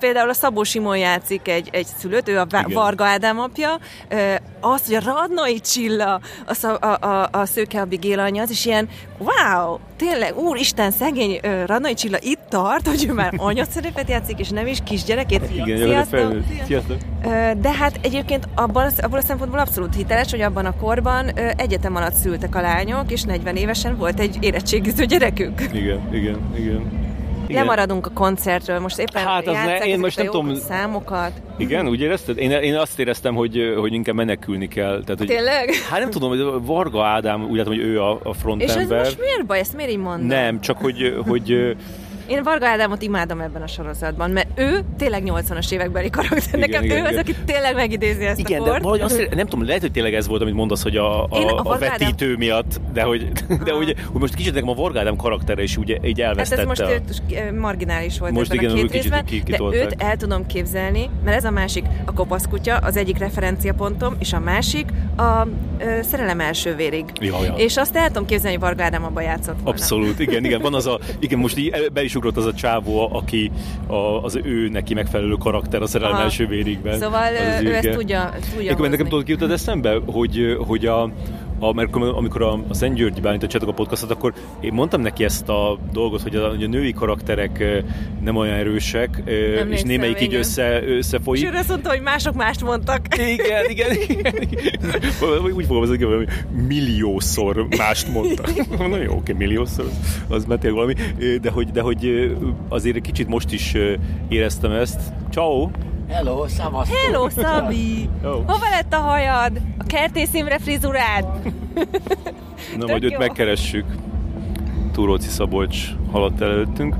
például a Szabó Simon játszik egy, egy szülőt, ő a Va-
Igen.
Varga Ádám apja. Ö, az, hogy a Radnai Csilla, a, szab- a, a, a Szőke Abigail anyja, az is ilyen, wow, tényleg, úristen, szegény ö, Radnai Csilla itt tart, hogy ő
<laughs>
már anyaszerepet játszik, és nem is kisgyerekét.
Igen, jaj,
Sziasztok!
felnőtt. Sziasztok!
Ö, De hát egyébként abban, a- abból a szempontból abszolút hiteles, hogy abban a korban ö, egyetem alatt szültek a lányok, és 40 évesen volt egy érettségiző gyerekük.
Igen, igen, igen.
Igen.
Igen.
Lemaradunk a koncertről, most éppen
Hát az ne,
játsszák
én
ezeket
most
a
nem
jó
tudom-
számokat.
Igen, úgy érezted? Én, én azt éreztem, hogy, hogy inkább menekülni kell. Tehát, hogy,
Tényleg?
Hát nem tudom, hogy Varga Ádám, úgy látom, hogy ő a, a
És ez
frontember.
most miért baj? Ezt miért így mondom?
Nem, csak hogy, hogy
Én Varga Ádámot imádom ebben a sorozatban, mert ő tényleg 80-as évekbeli karakter.
Igen,
Nekem
igen,
ő az,
igen.
aki tényleg megidézi ezt
igen,
a
de
kort.
valahogy azt, ér- nem tudom, lehet, hogy tényleg ez volt, amit mondasz, hogy a,
Én a
a, a
Varga
vetítő miatt, de hogy, de hogy, hogy most kicsit nekem a Varga Ádám karaktere is úgy, így
Hát
elvesztette.
ez most
a-
ő- ö, marginális volt
Most
most ebben
igen,
igen, a
úgy
két
kicsit
részben,
ki-
de
kitolták.
őt el tudom képzelni, mert ez a másik a kopaszkutya, az egyik referenciapontom, és a másik a ö, szerelem első vérig.
Ja, ja.
És azt el tudom képzelni, hogy Varga Ádám abba játszott volna.
Abszolút, igen, igen, van az a, igen, most így el- be is ugrott az a csávó, aki a, az ő neki megfelelő karakter a szerelem
Aha.
első vérigben.
Szóval
Az az
ö, ő ezt
ürge.
tudja, tudja
Egyébként nekem
hozni.
tudod, ki jutott eszembe, hogy, hogy a, a, mert amikor a, a Szent Györgyi Bálintacsátok a podcastot, akkor én mondtam neki ezt a dolgot, hogy a, hogy a női karakterek ö, nem olyan erősek, ö, és
Emlékszem,
némelyik így
igen.
össze,
És
összefolyik.
ő azt mondta, hogy mások mást mondtak.
Igen, igen, igen. igen. Úgy fogalmazok, hogy valami milliószor mást mondta. Na jó, oké, milliószor, az- az már tényleg valami. De hogy, de hogy azért kicsit most is éreztem ezt. Ciao.
Hello, szavaztok.
<laughs> Hello, Szabi!
Jó.
Hova lett a hajad? A kertész Imre frizurád?
Na, majd őt
jó.
megkeressük. Túróci Szabolcs haladt előttünk.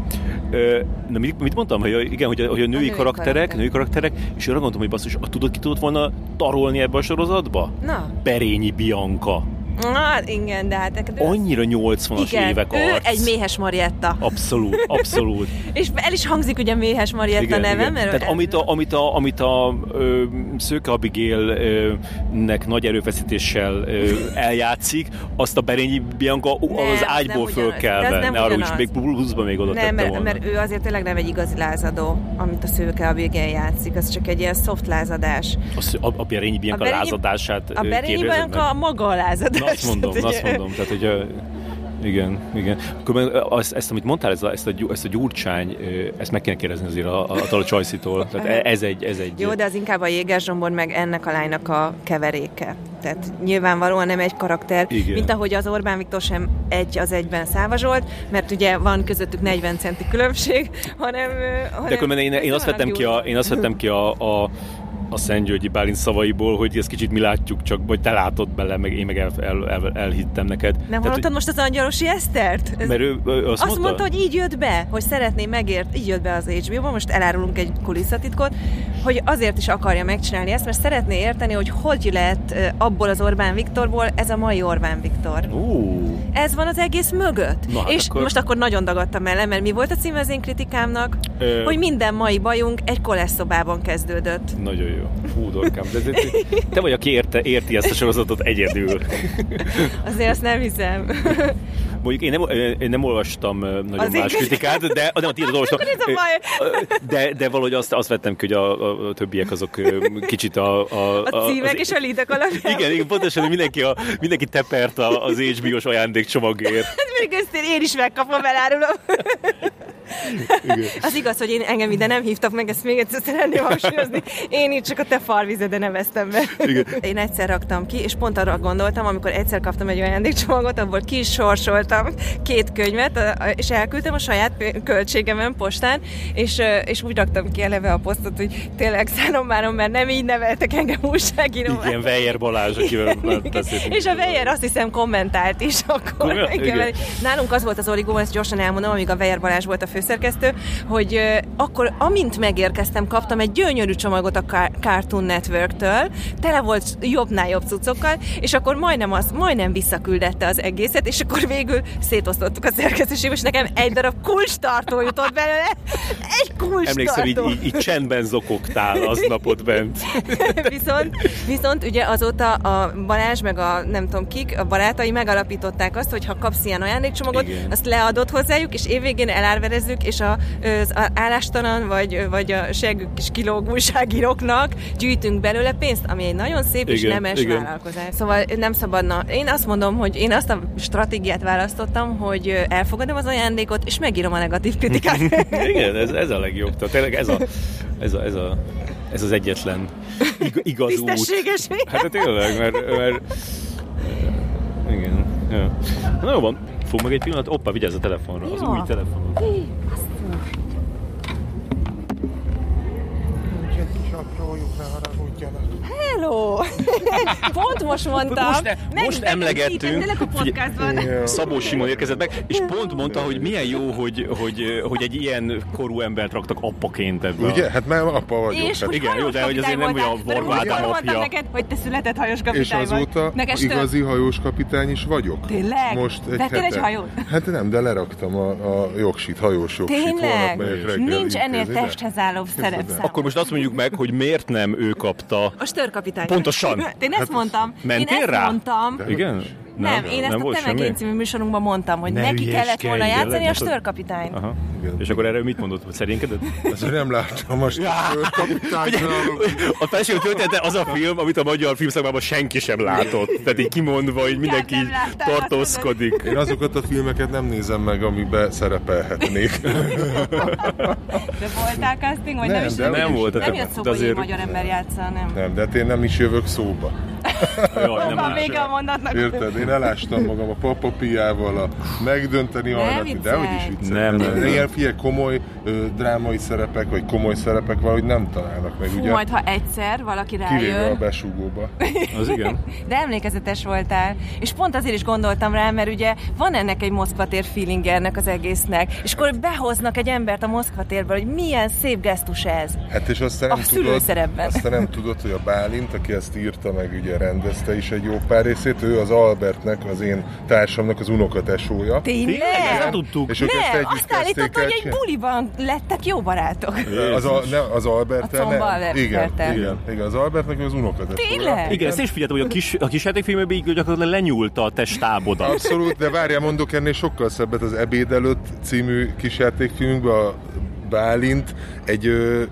Ö, Na, mit, mit mondtam? Hogy a, igen, hogy a, hogy a női,
női
karakterek,
karakter.
női karakterek, és arra gondoltam, hogy basszus, a tudod, ki tudott volna tarolni ebbe a sorozatba?
Na,
Berényi Bianca.
na igen, de hát neked ő-
Annyira 80-as
igen,
évek
ő
arc.
egy méhes Marietta.
Abszolút, abszolút.
És el is hangzik ugye Méhes Marietta igen, neve, igen. mert...
Tehát amit a, amit a, amit a ö, Szőke Abigailnek nagy erőfeszítéssel
<laughs>
ö, eljátszik, azt a Berényi Bianca ú,
Nem,
az
az
ágyból
nem ugyanaz. De
fölkelve.
az nem
Ne arra is,
ugyanaz.
még pluszba még oda
nem,
tette
mert,
volna.
mert ő azért tényleg nem egy igazi lázadó, amit a szőke a végén játszik, az csak egy ilyen soft lázadás.
Azt, a, a Berényi Bianca
Berényi-
lázadását
A
ö,
Berényi
kérdezed meg?
Bianca maga a lázadás.
Na, azt mondom,
Tehát,
na, azt
ugye,
mondom. Tehát, hogy ö, igen, igen. Akkor meg azt, ezt, amit mondtál, ez a, ezt, a, gyú- ezt a gyurcsány, ö, ezt meg kéne kérdezni azért a, a, a Csajszitól. Tehát e- ez egy, ez egy...
Jó, de az inkább a jégerzsombor meg ennek a lánynak a keveréke. Tehát nyilvánvalóan nem egy karakter,
Igen.
mint ahogy az Orbán Viktor sem egy az egyben Száva Zsolt, mert ugye van közöttük 40 centi különbség, hanem... ö, hanem
De különben én, én, azt vettem ki a, én azt vettem ki a, a, a Szentgyörgyi Bálint szavaiból, hogy ezt kicsit mi látjuk, csak vagy te látod bele, meg én meg el, el, el, elhittem neked.
Nem hallottad most az angyalosi Esztert? Ez-
hogy, Mert ő, ő azt,
Azt mondta, hogy így jött be, hogy szeretné megért, így jött be az HBO-ba, most elárulunk egy kulisszatitkot, hogy azért is akarja megcsinálni ezt, mert szeretné érteni, hogy hogy lett ö, abból az Orbán Viktorból ez a mai Orbán Viktor.
Ú,
Ez van az egész mögött.
Na, hát
és
akkor-
most akkor nagyon dagadtam el, mert mi volt a címe az én kritikámnak?
Ö-
Hogy minden mai bajunk egy koleszszobában kezdődött.
nagyon jó.
Hú, dorkám, de ez,
<laughs>
Te vagy, aki érte, érti ezt a sorozatot egyedül.
Azért azt nem hiszem.
Mondjuk én nem, én nem olvastam ö, nagyon
Az
az más
én-
kritikát, de de nem, a tiédet olvastam.
<laughs> Akkor ez a baj.
Ö, De, de valahogy azt, azt vettem ki, hogy a, a, a többiek azok ö, kicsit a... A,
A címek
az-
és a lidek alapján.
Igen, igen, pontosan, hogy mindenki, a, mindenki tepert a, az HBO-s ajándékcsomagért.
Hát még ezt én, én is megkapom, elárulom. Az igaz, hogy én engem ide nem hívtak meg, ezt még egyszer szeretném hangsúlyozni. Én itt csak a te farvizede neveztem be.
Igen.
Én egyszer raktam ki, és pont arra gondoltam, amikor egyszer kaptam egy ajándékcsomagot, abból ki is sorsoltam két könyvet, a- a- és elküldtem a saját p- költségemen postán, és, ö, és úgy raktam ki eleve a posztot, hogy tényleg szárom már, mert nem így neveltek engem újságíróval.
Igen, Weyer Balázs, akivel már
Igen.
beszéltünk.
És a Weyer azt hiszem kommentált is akkor.
Komolyan?
Igen.
Igen.
Nálunk az volt az Origó, ezt gyorsan elmondom, amíg a Weyer Balázs volt a főszerkesztő, hogy ö, akkor amint megérkeztem, kaptam egy gyönyörű csomagot a Car- Cartoon Network-től, tele volt jobbnál jobb cuccokkal, és akkor majdnem, az, majdnem visszaküldette az egészet, és akkor végül szétosztottuk a szerkesztőség, és nekem egy darab kulcstartó jutott belőle. Egy kulcstartó!
Emlékszem, így, így, így csendben zokogtál az napot bent.
<laughs> viszont, viszont ugye azóta a Balázs meg a nem tudom kik, a barátai megalapították azt, hogy ha kapsz ilyen ajándékcsomagot,
Igen.
azt leadod hozzájuk, és évvégén elárverezzük, és a, az a- állástalan vagy, vagy a seggük kis kilóg újságíróknak gyűjtünk belőle pénzt, ami egy nagyon szép és
Igen,
nemes
igen.
vállalkozás. Szóval nem szabadna. Én azt mondom, hogy én azt a stratégiát választottam, hogy ö, elfogadom az ajándékot, és megírom a negatív
<laughs>
kritikát.
Igen, ez, ez a legjobb. Tehát tényleg ez, a, ez, a, ez, a, ez az egyetlen ig, igaz út.
Tisztességes.
Hát de tényleg, mert... mert igen. Ja. Na jó van, fog meg egy pillanat. Oppa, vigyázz a telefonra, az
Jó.
új telefonra.
Hello! <laughs> Pont most mondtam.
Most e-
Meg-
most
meg-
emlegettünk.
Itt, tényleg a podcastban.
Szabó Simon érkezett meg, és pont mondta, hogy milyen jó, hogy, hogy, hogy egy ilyen korú embert raktak appaként ebbe. a-
Ugye? Hát már apa vagyok.
És
hát.
hogy
Igen, jó, de hogy azért nem olyan Varga
Ádám
Ádám
apja.
apja.
neked, hogy te született hajós kapitány
és azóta
vagy. Meg ezt
igazi hajós kapitány is vagyok.
Tényleg?
Most egy
Vettél egy
hete.
hajót?
Hát nem, de leraktam a, a jogsit, hajós jogsit.
Tényleg?
holnap megyek reggel
Nincs
intézni,
ennél
de-
testhez állóbb szerepszám.
Akkor most azt mondjuk meg, hogy miért nem ő kapta.
A störkapitány.
Pontosan.
<laughs>
Hát,
Én ezt mondtam. Én
mentél
ezt
rá?
mondtam.
Igen?
Nem, én ezt a Temegén című műsorunkban mondtam, hogy
Ne
neki kellett
hülyéskedj,
volna
de
játszani a
lehet,
störkapitány.
Aha.
Igen.
És akkor erre mit mondott, hogy <laughs> szerénykedett?
Azt nem láttam most.
A felső története az a film, amit a magyar filmszakmában senki sem látott. Tehát így kimondva, hogy mindenki
nem
így
láttam,
tartózkodik.
Én azokat a filmeket nem nézem meg, amiben
<laughs>
szerepelhetnék.
De voltál casting, vagy
Nem,
nem, is?
de
Nem volt.
Nem jött szóba, hogy egy Szóval magyar ember játsza, nem.
Nem, de hát én nem is jövök szóba.
Jaj, nem
Van
látom.
vége a mondatnak.
Érted? Én elástam magam a papapiával, a megdönteni hajlati, de
viccelj.
hogy is viccelj.
Nem, nem, nem.
Ilyen fie komoly ö, drámai szerepek, vagy komoly szerepek valahogy nem találnak meg,
Fú,
ugye?
majd ha egyszer valaki
Kivéve a
rájön,
besúgóba.
Az igen.
de emlékezetes voltál. És pont azért is gondoltam rá, mert ugye van ennek egy Moszkva tér feelingernek az egésznek, és akkor behoznak egy embert a Moszkva térből, hogy milyen szép gesztus ez.
Hát és aztán
A
nem tudod,
szülőszerepben.
aztán nem tudod, hogy a Bálint, aki ezt írta, meg ugye rendezte is egy jó pár részét, ő az Albertnek, az én társamnak az unokatesója.
Tényleg?
Nem tudtuk.
És ők ezt
Nem,
együtt
azt
kezdték
állította,
el
hogy egy
csinálni.
buliban lettek jó barátok.
az, a, ne, az Albert,
A Comba Albert
igen,
Albertel.
igen, igen, az Albertnek ő az unokatesója.
Tényleg?
Igen, ezt én is figyeltem, hogy a kis, a kis játékfilmekben így gyakorlatilag lenyúlta a testábodat.
Abszolút, de várjál, mondok ennél sokkal szebbet az Ebéd előtt című kisjátékfilmünkben a Bálint egy ö,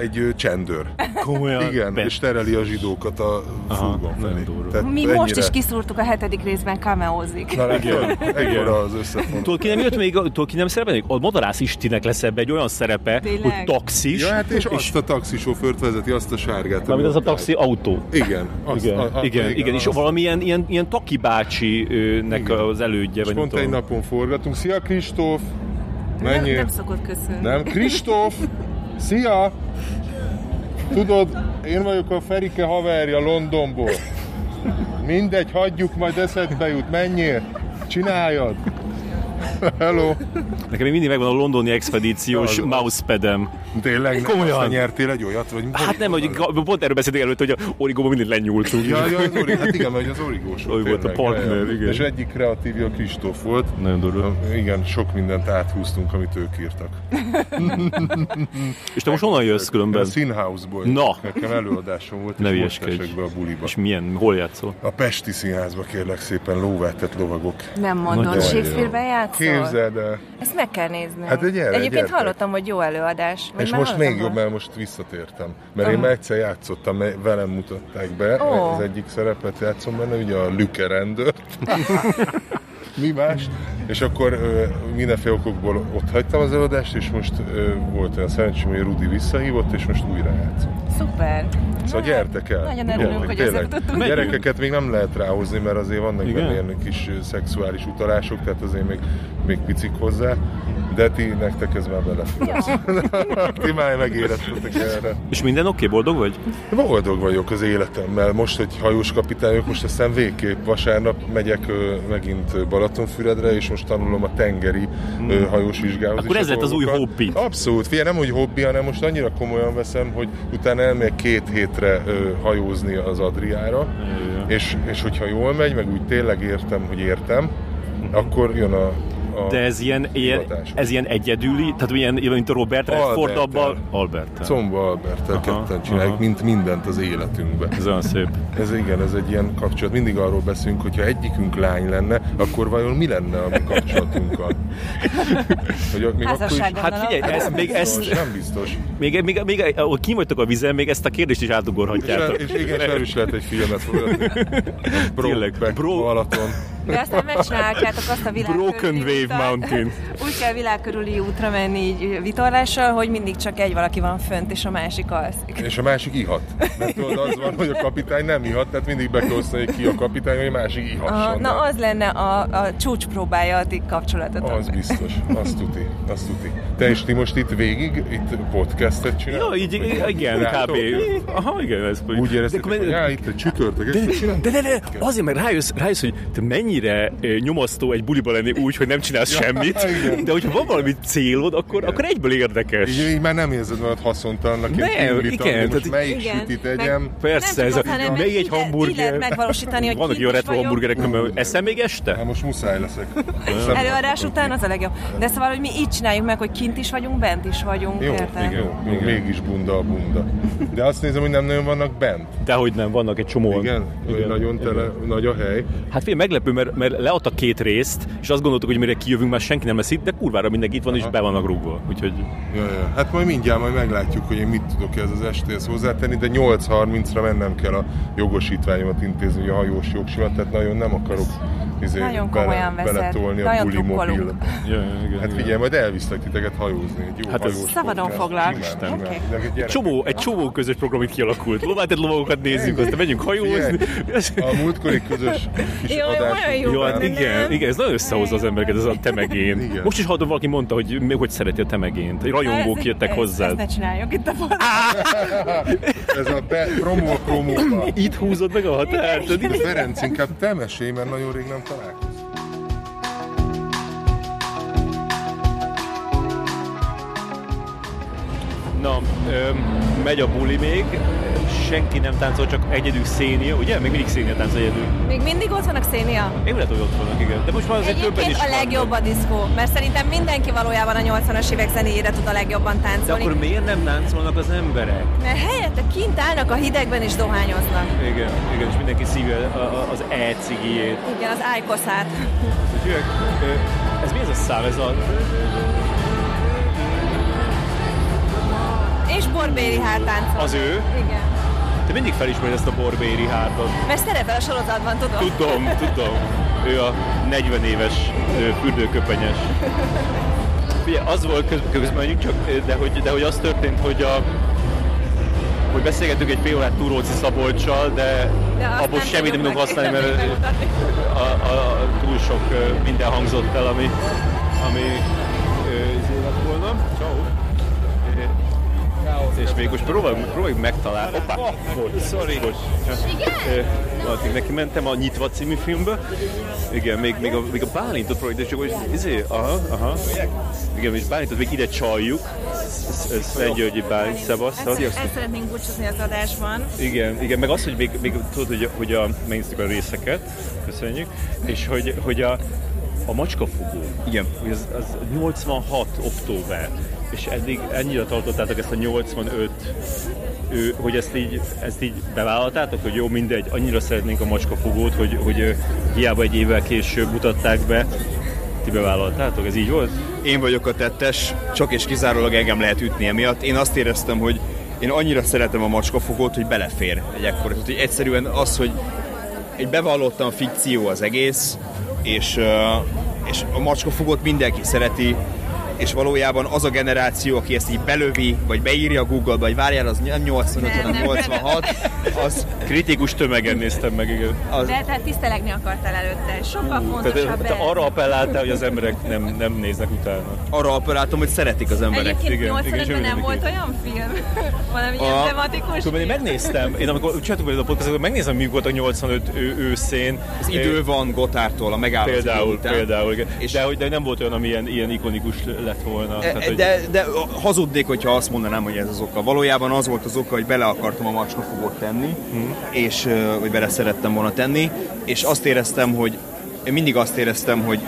egy ö, csendőr.
Komolyan.
Igen,
Be-
és tereli a zsidókat a fúgon
nagyon
felé.
durva.
Tehát
Mi most
ennyire-
is kiszúrtuk a hetedik részben, kameózik.
Na látod, ekkora az összefogás.
Tudod, ki nem jött még, a- tudod, ki nem szerepel még? A madarász Istinek lesz ebbe egy olyan szerepe,
Tényleg?
hogy taxis.
Ja, hát és azt a taxisofőrt vezeti, azt a sárgát.
Mármint az a
amit-
taxi autó.
Igen. Azt,
Igen,
a- a-
igen, igen, és
azt.
valamilyen ilyen, ilyen Taki bácsinek
Igen.
az elődje,
És
vagy nem
pont egy
tudom.
napon forgatunk. Szia, Kristóf!
Nem,
Menjél!
nem szokott köszönni.
Nem, Kristóf! Szia! Tudod, én vagyok a Ferike haverja Londonból. Mindegy, hagyjuk, majd eszedbe jut. Menjél! Csináljad! Hello!
Nekem még mindig megvan a londoni expedíciós
Az-
mousepadem.
Tényleg?
Komolyan?
Komolyan? nyertél egy olyat? Vagy
Hát nem, hogy ga- pont erről beszéltünk előtt, hogy a origóban mindig lenyúltunk.
Ja, ja, az ori, hát igen, hogy az origós volt.
Origó volt a
tényleg.
partner,
Ja, ja.
igen.
És egyik kreatívja Kristóf volt.
Nagyon durva.
Igen, sok mindent áthúztunk, amit ők írtak.
És te most honnan jössz
A
különben?
Színházból.
Na.
Nekem előadásom volt,
Ne
és most
hülyeskedj.
esek be a buliba.
És milyen, hol játszol?
A Pesti Színházba kérlek szépen lóvátett lovagok.
Nem mondod,
Nagyon jó.
Shakespeare-ben játszol?
Képzeld el!
Ezt meg kell nézni.
Hát, hogy gyere,
Egyébként
gyertek.
hallottam, hogy jó előadás. Vagy
És
már
most
hallottam
még jobb,
róla?
mert most visszatértem. Mert én már egyszer játszottam, mert velem mutatták be,
Ó.
az egyik szerepet játszom benne, ugye a Lüke
<laughs>
rendőrt. Mi más? És akkor ö, mindenféle okokból ott hagytam az előadást, és most ö, volt olyan szerencsém, hogy Rudi visszahívott, és most újra játszom.
Szuper.
Szóval gyertek el!
Nagyon örülünk,
Gyertek,
hogy ezek
tényleg.
tudtunk.
Gyerekeket még nem lehet ráhozni, mert azért vannak
Igen?
benne ilyen kis ö, szexuális utalások, tehát azért még, még picik hozzá. De ti, nektek ez már belefér. <laughs> ti már megérettetek erre.
És minden oké, okay, boldog vagy?
Boldog vagyok az életemmel. Most, hogy hajós kapitány vagyok, most aztán végképp vasárnap megyek ö, megint Balatonfüredre, és most tanulom a tengeri ö, hajós vizsgához.
Hmm. Akkor ez
is a
lett az új
dolgokat.
hobbid.
Abszolút. Figyelj, nem úgy hobbi, hanem most annyira komolyan veszem, hogy utána elmegyek két hétre ö, hajózni az Adriára, és, és hogyha jól megy, meg úgy tényleg értem, hogy értem, akkor jön a, a
De ez ilyen, ilyen,
Hivatásos.
ez ilyen egyedüli, tehát ilyen, mint a Robert Redford
Albertel.
abban. Albert.
Comba Albertel ketten csináljuk,
aha.
mint mindent az életünkben.
Ez olyan szép.
Ez igen, ez egy ilyen kapcsolat. Mindig arról beszélünk, hogyha egyikünk lány lenne, akkor vajon mi lenne a mi kapcsolatunkkal? Hogy ak- még akkor is...
Házasságon
Hát figyelj,
alap.
ez, még,
Biztos,
ezt,
nem biztos.
még, még, még, ahol kim vagytok a vizen, még ezt a kérdést is
És, el,
átugorhatjátok.
és igen, és erről is lehet egy filmet forgatni.
Tényleg,
Brokeback
bro-
Balaton.
De aztán megcsinálhatjátok azt a világ
Broken
körüli
Wave
utat.
Mountain.
Úgy kell világ körüli útra menni így vitorlással, hogy mindig csak egy valaki van fönt, és a másik alszik.
És a másik ihat. Mert tudod, az van, hogy a kapitány nem ihat, tehát mindig be kell osztani, hogy ki a kapitány, hogy a másik
Aha,
ihasson.
na az lenne a, a csúcs próbája a ti kapcsolatotok.
az biztos, azt tuti, azt tuti. Te és ti most itt végig, itt podcastet
Ja,
csináltok?
így,
Vagy
igen,
csináltok?
kb. Aha, igen, ez
Úgy
de,
éreztétek,
akkor-
hogy á, itt egy csütörtök, ezt is
de,
csináltok?
de, de, de, azért, mert rájössz, rájössz, hogy te mennyire eh, nyomasztó egy buliba lenni úgy, hogy nem csinálsz semmit,
<laughs> igen.
de hogyha van valami célod, akkor, akkor egyből érdekes.
Így, így már nem érzed magad haszontalannak,
Nem,
ilyen kimlítam,
igen,
hogy most
tehát így-
melyik
Igen,
sütit
meg-
egyem.
Persze,
Nem
ez
csak
a,
az, hanem
melyik
így
egy
le- így lehet
hamburger.
megvalósítani, hogy
Vannak
kint
ilyen
is
retro
vagyok.
hamburgerek, nem eszem még este?
Hát most muszáj leszek.
Előadás után az a legjobb. De szóval, hogy mi így csináljuk meg, hogy kint is vagyunk, bent is vagyunk,
Jó,
érted?
igen, jó, jó, mégis bunda a bunda. De azt nézem, hogy nem nagyon vannak bent.
Dehogy nem, vannak egy csomó.
Igen, igen nagyon tele, nagy a hely.
Hát fél meglepő, mert, mert leadta két részt, és azt gondoltuk, hogy mire kijövünk, már senki nem lesz itt, de kurvára mindenki itt van, és be vannak rúgva. Úgyhogy
Ja, ja. Hát majd mindjárt majd meglátjuk, hogy én mit tudok ez az estéhez hozzátenni, de 8.30-ra mennem kell a jogosítványomat intézni, ugye a hajós jogsimat, tehát nagyon nem akarok izé,
Nagyon komolyan veszed.
beletolni a
Nagyon
buli
drukkolunk.
mobil.
ja, ja, igen,
Hát figyelj, majd elviszlek titeket hajózni. Egy jó
Hát ez-
hajós
Szabadon
podcast.
foglak.
Simán,
Isten.
simán.
Oké.
De egy gyerek-
Csomó, egy csomó közös program itt kialakult. Lovátett lovagokat nézzünk, aztán megyünk hajózni. <laughs>
A múltkori közös kis
Jaj,
adás.
olyan jó
Jó, hát
Nem.
igen, igen, ez nagyon összehozza az embereket, ez a temegén.
Igen.
Most is hallottam, valaki mondta, hogy még hogy szereti a temegént. Rajongók
Ez-
jöttek
ez- Ezt
hozzád.
ne csináljuk itt a podcast.
Ez a be, promó a
<laughs>
promóba.
Itt húzod meg a határt.
De Ferenc, inkább te mesélj, mert nagyon rég nem találkoztunk.
Na, öm, megy a buli még, senki nem táncol, csak egyedül szénia, ugye? Még mindig szénia táncol egyedül.
Még mindig ott vannak szénia?
Én lehet, hogy ott vannak, igen. De most már azért többen
Egyébként
is
a legjobb
vannak.
a diszkó, mert szerintem mindenki valójában a 80-as évek zenéjére tud a legjobban
De
táncolni.
akkor miért nem táncolnak az emberek?
Mert helyette kint állnak a hidegben és dohányoznak.
Igen, igen, és mindenki szívja a- a- az e-cigijét.
Igen, az ájkoszát.
Úgyhogy, ö, Ez mi ez a szám? Ez a...
És borbéli háttáncol.
Az ő?
Igen.
Te mindig felismered ezt a borbéri hátat.
Mert szerepel a sorozatban, tudod?
Tudom, tudom. Ő a 40 éves ö, fürdőköpenyes. Ugye az volt köz- közben, mondjuk csak, ö, de hogy, de hogy az történt, hogy a hogy beszélgettünk egy fél órát Túróci Szabolcsal, de,
De azt
abból
nem
semmit nem
tudom
tudunk használni, mert
megérteni, megmutatni.
a, a, a, túl sok ö, minden hangzott el, ami, ami ö, izé lett volna. Ciao. És még most próbáljuk, próbáljuk megtalálni. Hoppá! Sorry. Addig neki mentem a Nyitva című filmből. Igen, még, még, a, még a Bálintot próbáljuk, de csak hogy izé, aha, aha. Igen, és Bálintot még ide csaljuk. Ez, ez Szentgyörgyi Bálint,
Hát,
szevasztok.
Ezt szeretnénk búcsúzni az adásban.
Igen, igen, meg az, hogy még, még tudod, hogy, hogy a, megnéztük a részeket, köszönjük, és hogy, hogy a, a macskafogó,
Igen.
hogy az, az 86 október, és eddig ennyire tartottátok ezt a 85 ő, hogy ezt így, ezt így bevállaltátok, hogy jó, mindegy, annyira szeretnénk a macskafogót, hogy, hogy ö, hiába egy évvel később mutatták be, ti bevállaltátok, ez így volt?
Én vagyok a tettes, csak és kizárólag engem lehet ütni emiatt. Én azt éreztem, hogy én annyira szeretem a macskafogót, hogy belefér egy ekkor. Tehát, hogy egyszerűen az, hogy egy bevallottan fikció az egész, és, ö, és a macskafogót mindenki szereti, és valójában az a generáció, aki ezt így belövi, vagy beírja Google-ba, vagy várjál, az nem 85, hanem 86, az,
Kritikus tömegen néztem meg, igen.
az
De tehát tisztelegni akartál előtte. Sokkal
Tehát
fontosabb
te
ez.
arra appelláltál, hogy az emberek nem, nem néznek utána.
arra appelláltam, hogy szeretik az emberek.
Egyébként
igen, igen,
85-ben nem
zsövédik.
volt olyan film,
<laughs>
valami ilyen tematikus
Tudom, Szóval én
film.
megnéztem, én amikor csináltuk a podcastot, akkor megnézem, mi volt a 85 ő, őszén.
Az idő van Gotártól, a megállás
Például,
után.
például. És
És-
de, hogy de nem volt olyan, ami ilyen, ilyen ikonikus lett volna.
E,
hogy-
De, de hazudnék, hogyha azt mondanám, hogy ez az oka. Valójában az volt az oka, hogy bele akartam a macskafogót tenni,
Hm.
és ö, hogy bele szerettem volna tenni, és azt éreztem, hogy én mindig azt éreztem, hogy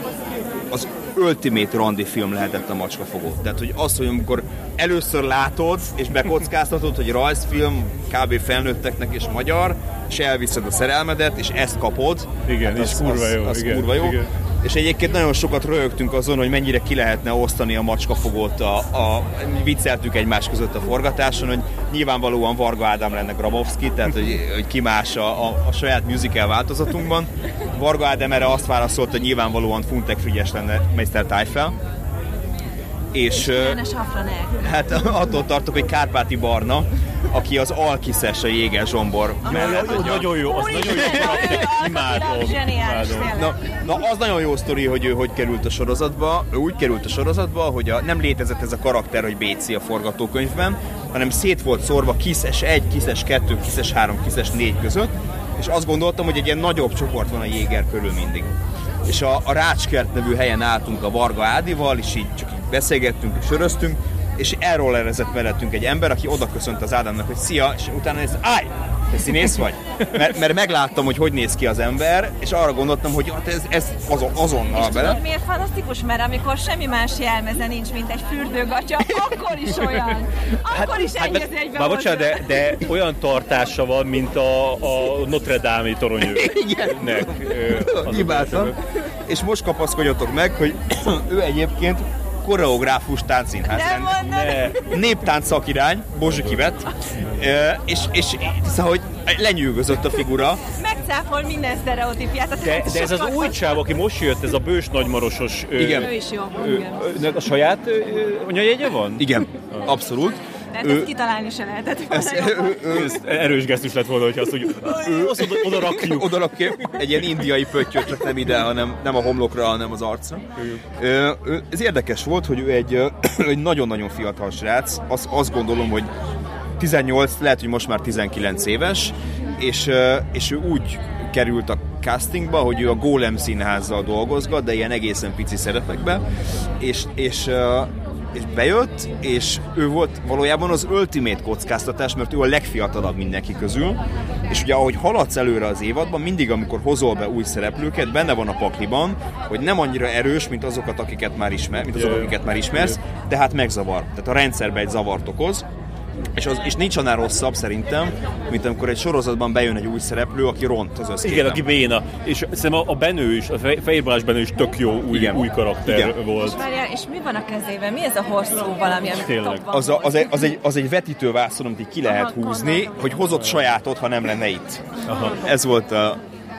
az ultimate randi film lehetett a macskafogó. Tehát, hogy az, hogy amikor először látod, és bekockáztatod, hogy rajzfilm, kb. felnőtteknek és magyar, és elviszed a szerelmedet, és ezt kapod. hát
Igen, és kurva
az,
jó,
Az
igen,
kurva jó.
igen.
És egyébként nagyon sokat röhögtünk azon, hogy mennyire ki lehetne osztani a macskafogót. A, a, vicceltük egymás között a forgatáson, hogy nyilvánvalóan Varga Ádám lenne Grabowski, tehát hogy, hogy ki más a, a, a saját musical változatunkban. Varga Ádám erre azt válaszolta, hogy nyilvánvalóan Funtek Frigyes lenne Meister Tájfel. És, ö,
Lenne safranek.
Hát attól tartok, hogy Kárpáti Barna, aki az alkiszes a jéges zsombor mellett.
Jó,
hogy a-
nagyon jó, az nagyon jó. Imádom,
Zseniális,
imádom.
tényleg.
Na, na, az nagyon jó sztori, hogy ő hogy került a sorozatba. Ő úgy került a sorozatba, hogy a, nem létezett ez a karakter, hogy Béci a forgatókönyvben, hanem szét volt szórva kiszes 1, kiszes 2, kiszes 3, kiszes 4 között, és azt gondoltam, hogy egy ilyen nagyobb csoport van a Jéger körül mindig. És a, a Rácskert nevű helyen álltunk a Varga Ádival, és így csak így beszélgettünk és söröztünk, és erről erezett mellettünk egy ember, aki oda köszönt az Ádámnak, hogy szia, és utána ez, állj! Te színész vagy? Mert, mert megláttam, hogy hogy néz ki az ember, és arra gondoltam, hogy hát ez, ez azon, azonnal
Tudod,
bele.
miért fantasztikus? Mert amikor semmi más jelmeze nincs, mint egy fürdőgatya, akkor is olyan. Akkor is egy az egyben
Már hát,
volt
bocsánat,
olyan.
de, de olyan tartása van, mint a, a Notre Dame-i toronyőr.
<laughs> Igen,
azon
imádtam. És most kapaszkodjatok meg, hogy <clears throat> ő egyébként koreográfus táncszínház.
Nem
rendező.
mondod?
Néptánc szakirány, Bozsi kivett, Ö, és, és szóval, hogy lenyűgözött a figura.
Megcáfol minden sztereotípiát. Azt
De,
hiszem,
de ez az
sokat-
új csáv, aki most jött, ez a bős nagymarosos... Ő,
Igen.
Ő is jó.
Ő,
igen.
ő, a saját ö, ö, anyajegye van?
Igen, abszolút.
Tehát
Ő-
ezt kitalálni se lehetett volna jobban.
Ez erős gesztus lett volna, hogyha azt úgy ő, azt oda, oda rakjuk.
Oda rakja egy ilyen indiai pöttyöt, csak nem ide, hanem nem a homlokra, hanem az arcra. Ö, ö, Ez érdekes volt, hogy ő egy, ö, <clears throat> egy nagyon-nagyon fiatal srác. Azt, azt gondolom, hogy 18, lehet, hogy most már 19 éves, és, ö, és ő úgy került a castingba, hogy ő a Gólem színházzal dolgozgat, de ilyen egészen pici szerepekben, és, és, ö, és bejött, és ő volt valójában az ultimate kockáztatás, mert ő a legfiatalabb mindenki közül, és ugye ahogy haladsz előre az évadban, mindig amikor hozol be új szereplőket, benne van a pakliban, hogy nem annyira erős, mint azokat, akiket már, ismer, mint azok, akiket már ismersz, de hát megzavar. Tehát a rendszerbe egy zavart okoz, és, az, és nincs annál rosszabb szerintem, mint amikor egy sorozatban bejön egy új szereplő, aki ront az összképen.
Igen, aki béna. És szerintem a, a Benő is, a Fe- Fehér Balázs Benő is tök jó új,
Igen.
új karakter
Igen.
volt.
Várjál, és mi van a kezében? Mi ez a hosszú valami, amit
Tényleg.
topva
Az, a, az, egy,
húz?
az, egy, az egy vetítővászon, amit így ki lehet
Aha,
húzni,
gondoltam.
hogy hozott sajátot, ha nem lenne itt. Ez volt a,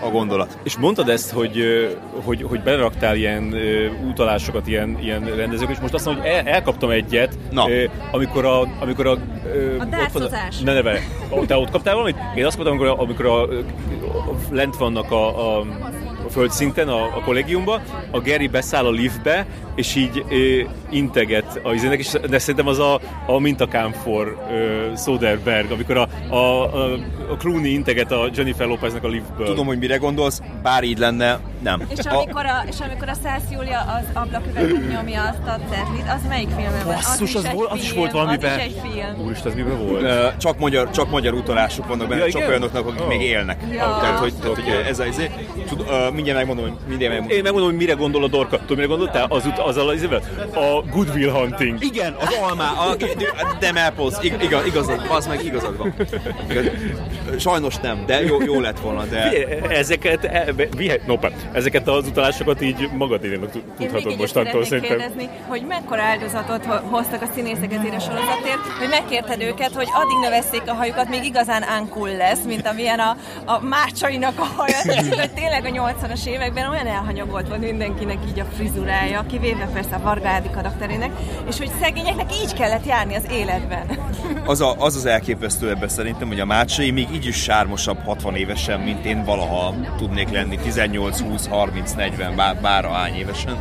a gondolat.
És mondtad ezt, hogy, ö, hogy, hogy beleraktál ilyen ö, utalásokat ilyen, ilyen rendezők, és most azt mondom, hogy el, elkaptam egyet,
Na.
ö, amikor a... Amikor a, ö,
A
ott
dárcozás.
Van, ne, ne, várj. Ó, Te ott kaptál valamit? Én azt mondtam, amikor, a, amikor a, ö, lent vannak a, a
földszinten a, a kollégiumba, a Geri beszáll a liftbe, és így ö, integet a izének, és de szerintem az a, a mintakámfor ö, Soderberg, amikor a, a, a, a Clooney integet a Jennifer Lopeznek a liftből.
Tudom, hogy mire gondolsz, bár így lenne, nem.
És amikor a, és amikor a Szász Júlia az ablaküveget nyomja azt a cetlit, az melyik filmben van?
Basszus, az,
egy
volt, az is
film,
volt valamiben.
Az is egy film.
Úristen, ez miben volt?
Ö, Csak magyar, csak magyar utalások vannak benne,
Ja,
ja, csak
igen?
olyanoknak, akik
Ó.
még élnek.
Ja.
Tehát, hogy, tehát, hogy ez a izé. Tud, ö, mindjárt megmondom, hogy mindjárt megmondom.
Én megmondom, hogy mire gondol a Dorka. Tudod, mire gondoltál? Az, ut- azzal az izével? A Good Will Hunting.
Igen, az almá, a Dem Apples, ig, igaz, igazad, az meg igazad van. Igaz, sajnos nem, de jó, jó lett volna, de...
Figyelj, Ezeket, e- vihet, no, pá, ezeket az utalásokat így magadénak tud-
Én még
tudhatod
egyet
mostantól
szeretnék
szerintem.
kérdezni, hogy mekkora áldozatot ho- hoztak a színészek ezért a sorozatért, hogy megkérted őket, hogy addig növesszék a hajukat, még igazán ánkul lesz, mint amilyen a, a márcsainak a
<laughs>
haja. Tehát, hogy tényleg a 80-as években olyan elhanyagolt volt mindenkinek így a frizurája, kivéve persze a Varga Ádi karakterének, és hogy szegényeknek így kellett járni az életben.
Az, a, az az elképesztő ebben szerintem, hogy a Mácsai még így is sármosabb 60 évesen, mint én valaha tudnék lenni, 18, 20, 30, 40, bár, bár hány évesen.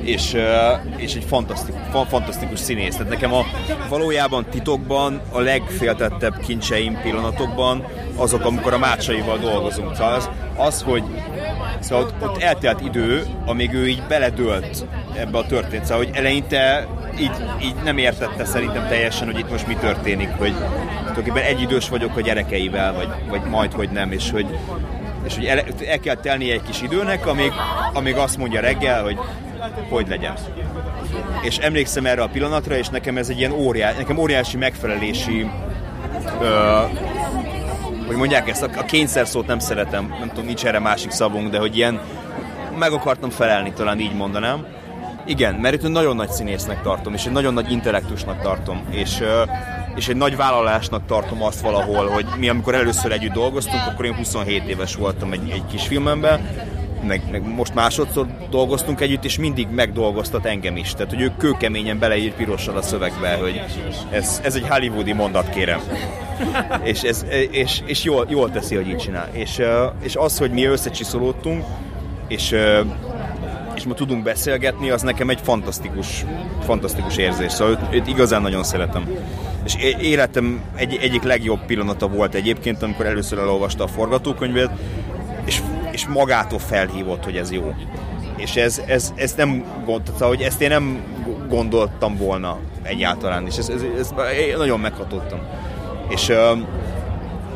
És, ö, és egy fantasztikus, fantasztikus színész. Tehát nekem a, valójában titokban a legféltettebb kincseim pillanatokban azok, amikor a Mácsaival dolgozunk. Szóval az, az hogy Szóval ott, ott eltelt idő, amíg ő így beledőlt ebbe a történet. Szóval, hogy eleinte így, így nem értette szerintem teljesen, hogy itt most mi történik, hogy tulajdonképpen egyidős vagyok a gyerekeivel, vagy, vagy majd, hogy nem, és hogy és hogy el, el kell telnie egy kis időnek, amíg, amíg azt mondja reggel, hogy hogy legyen és emlékszem erre a pillanatra, és nekem ez egy ilyen óriási, nekem óriási megfelelési ö, hogy mondják ezt, a, a kényszer szót nem szeretem, nem tudom, nincs erre másik szavunk, de hogy ilyen meg akartam felelni, talán így mondanám. Igen, mert őt nagyon nagy színésznek tartom, és egy nagyon nagy intellektusnak tartom, és, ö, és egy nagy vállalásnak tartom azt valahol, hogy mi amikor először együtt dolgoztunk, akkor én 27 éves voltam egy, egy kis filmemben, meg, meg most másodszor dolgoztunk együtt, és mindig megdolgoztat engem is. Tehát, hogy ő kőkeményen beleír pirossal a szövegbe, hogy ez, ez egy hollywoodi mondat, kérem. és, ez, és, és jól, jól teszi, hogy így csinál. És, ö, és az, hogy mi összecsiszolódtunk, és, ö, és ma tudunk beszélgetni, az nekem egy fantasztikus, fantasztikus érzés. Szóval őt, őt igazán nagyon szeretem. És é- életem egy, egyik legjobb pillanata volt egyébként, amikor először elolvasta a forgatókönyvet, és, és magától felhívott, hogy ez jó. És ez, ez, ez nem gond, szóval, hogy ezt én nem gondoltam volna egyáltalán, és ez, ez, ez, én nagyon meghatottam. És, öm,